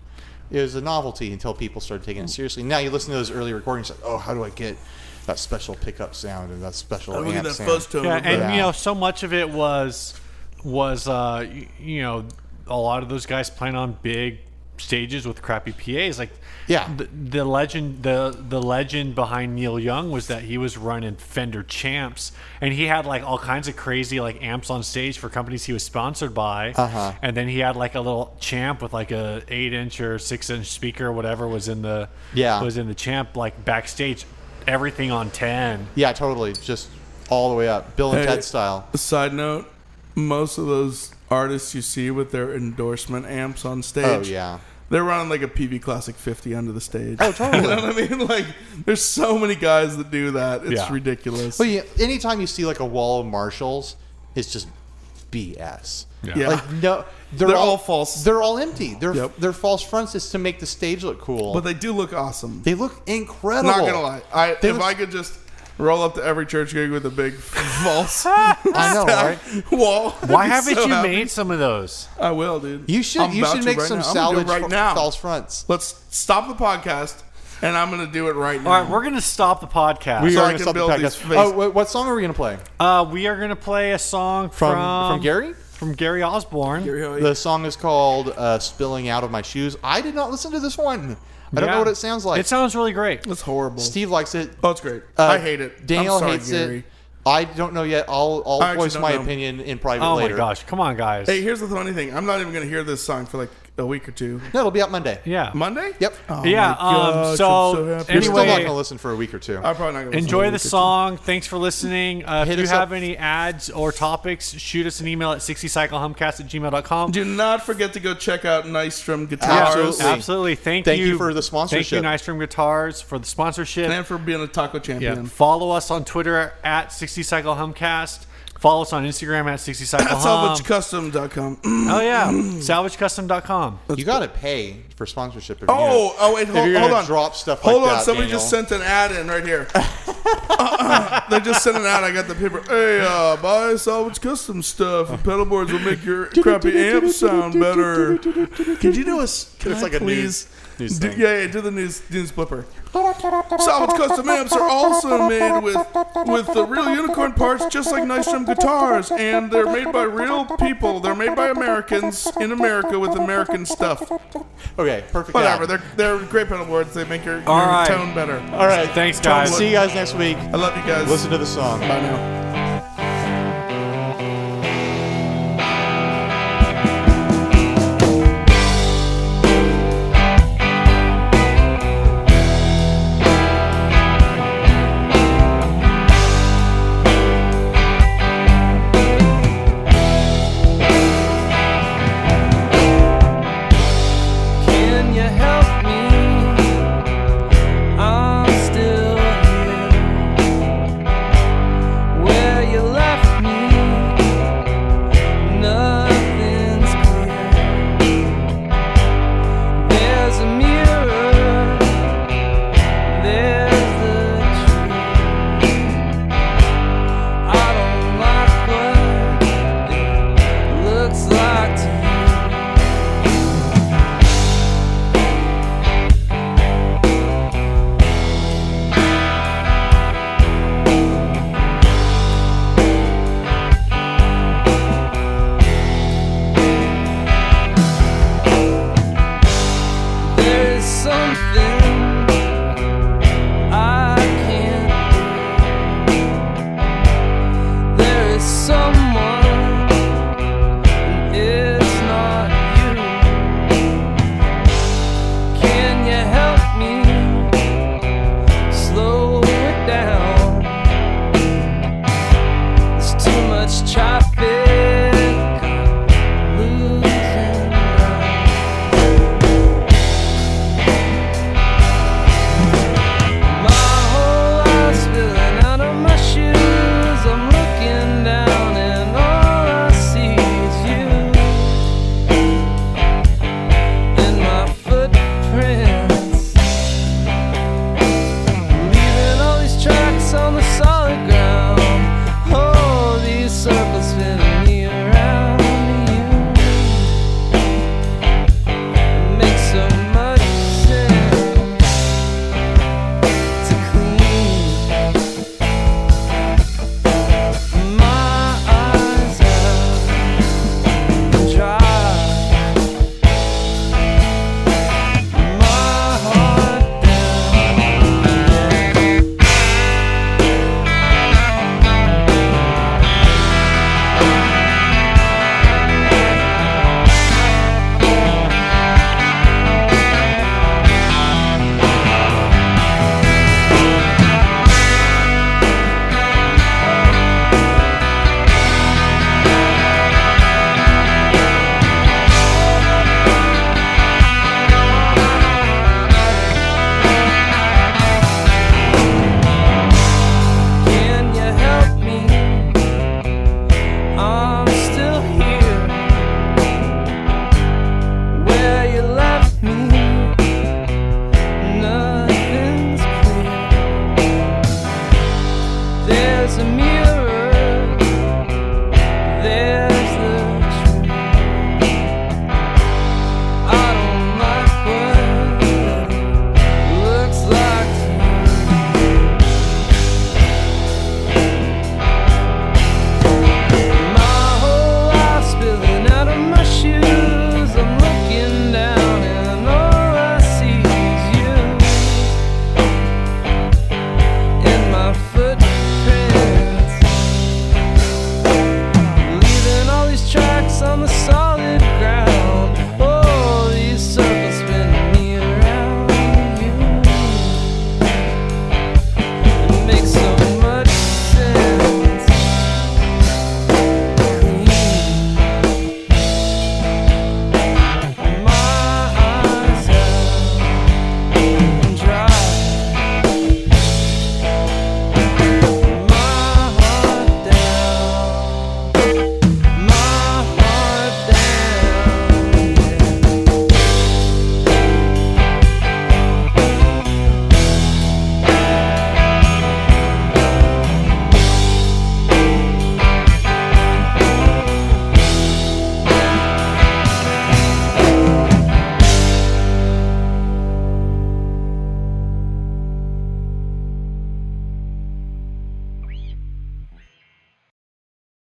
It was a novelty until people started taking it seriously. Now you listen to those early recordings, like, oh, how do I get that special pickup sound and that special
Look at
amp
that
sound?
fuzz tone.
Yeah,
over
and
there.
Yeah.
you know, so much of it was was uh, y- you know a lot of those guys playing on big stages with crappy PA's. Like,
Yeah.
the, the legend the the legend behind Neil Young was that he was running Fender Champs, and he had like all kinds of crazy like amps on stage for companies he was sponsored by.
Uh-huh.
And then he had like a little Champ with like a eight inch or six inch speaker, or whatever was in the
Yeah.
was in the Champ like backstage, everything on ten.
Yeah, totally. Just all the way up, Bill and
Hey.
Ted style.
A side note: most of those artists you see with their endorsement amps on stage,
Oh yeah.
they're running like a PV Classic 50 under the stage.
Oh,
*laughs*
totally.
you know what I mean? Like, there's so many guys that do that. It's
Yeah.
ridiculous.
But yeah, anytime you see like a wall of Marshalls, it's just BS.
Yeah.
Like no, they're,
They're all false.
They're all empty. They're
Yep.
they're false fronts. It's to make the stage look cool.
But they do look awesome.
they look incredible.
Not gonna lie, I
They
if
look-
I could just roll up to every church gig with a big *laughs* false
*laughs* I know, right?
wall.
Why
I'd be
haven't
so
you
happy.
made some of those?
I will, dude.
You should
I'm
you
about
should
to
make
right
some
now. I'm gonna do
salvage
it right now.
false fronts.
Let's stop the podcast, and I'm gonna do it right now.
All right, we're gonna stop the podcast.
We
Sorry,
are- I
I'm
can
stopping
build
the
these
podcast.
face-
Oh, wait, what song are we gonna play
uh, we are gonna play a song from
from Gary?
from Gary Osborne.
Here we go.
The song is called uh, "Spilling Out of My Shoes." I did not listen to this one. I don't
Yeah.
know what it sounds like.
It sounds really great.
That's horrible.
Steve likes it.
oh, it's great.
Uh,
I hate it.
Daniel
I'm sorry,
hates
Gary.
it. I don't know yet. I'll I'll
I actually
voice
don't
my
know.
opinion in private
Oh
later.
my gosh! Come on, guys.
Hey, here's the funny thing. I'm not even gonna hear this song for like a week or two.
No, it'll be out Monday.
yeah.
Monday?
Yep.
Oh
Yeah,
my gosh,
um,
I'm
so
happy.
You're still not
Anyway-
going to listen for a week or two.
I'm probably not gonna listen to
Enjoy
it.
the song. Thanks for listening. Uh, if
Hit
you
us up.
have any ads or topics, shoot us an email at 60cyclehumcast at gmail.com.
Do not forget to go check out Nystrom
Yeah,
Guitars
Absolutely.
absolutely. Thank,
Thank
you.
you for the sponsorship.
Thank you, Nice Room Guitars, for the sponsorship.
and for being a taco champion.
Yeah. Follow us on Twitter at 60cyclehumcast. Follow us on Instagram at 60cyclehum.
SalvageCustom.com.
oh, yeah. *clears throat* SalvageCustom.com.
you got to pay for sponsorship. If you're
Oh,
gonna-
oh wait,
if
hold,
you're
hold
gonna
on.
drop stuff like
hold on,
that,
somebody
Daniel.
just sent an ad in right
*laughs*
here. Uh-uh. they just sent an ad. I got the paper. Hey, uh, buy salvage custom stuff.
Uh-huh.
and pedal boards will make
*laughs*
your crappy amp sound better. Could you do us? Can
It's
I
like a
please?
news- news
do,
thing.
Yeah, yeah, do the news news blipper. Salvage custom amps are also made with with the real unicorn parts, just like Nystrom guitars, and they're made by real people. They're made by Americans in America with American stuff.
Okay, perfect.
Whatever.
ad.
They're they're great pedal boards. They make your, your
All right.
tone better.
All right.
Thanks, guys.
See you guys next week.
I love you guys.
Listen to the song.
Bye now.
Can you help me? I'm still here. Where you left me, nothing's clear. There's a mirror, there's the tree. I don't like what it looks like to you. There's something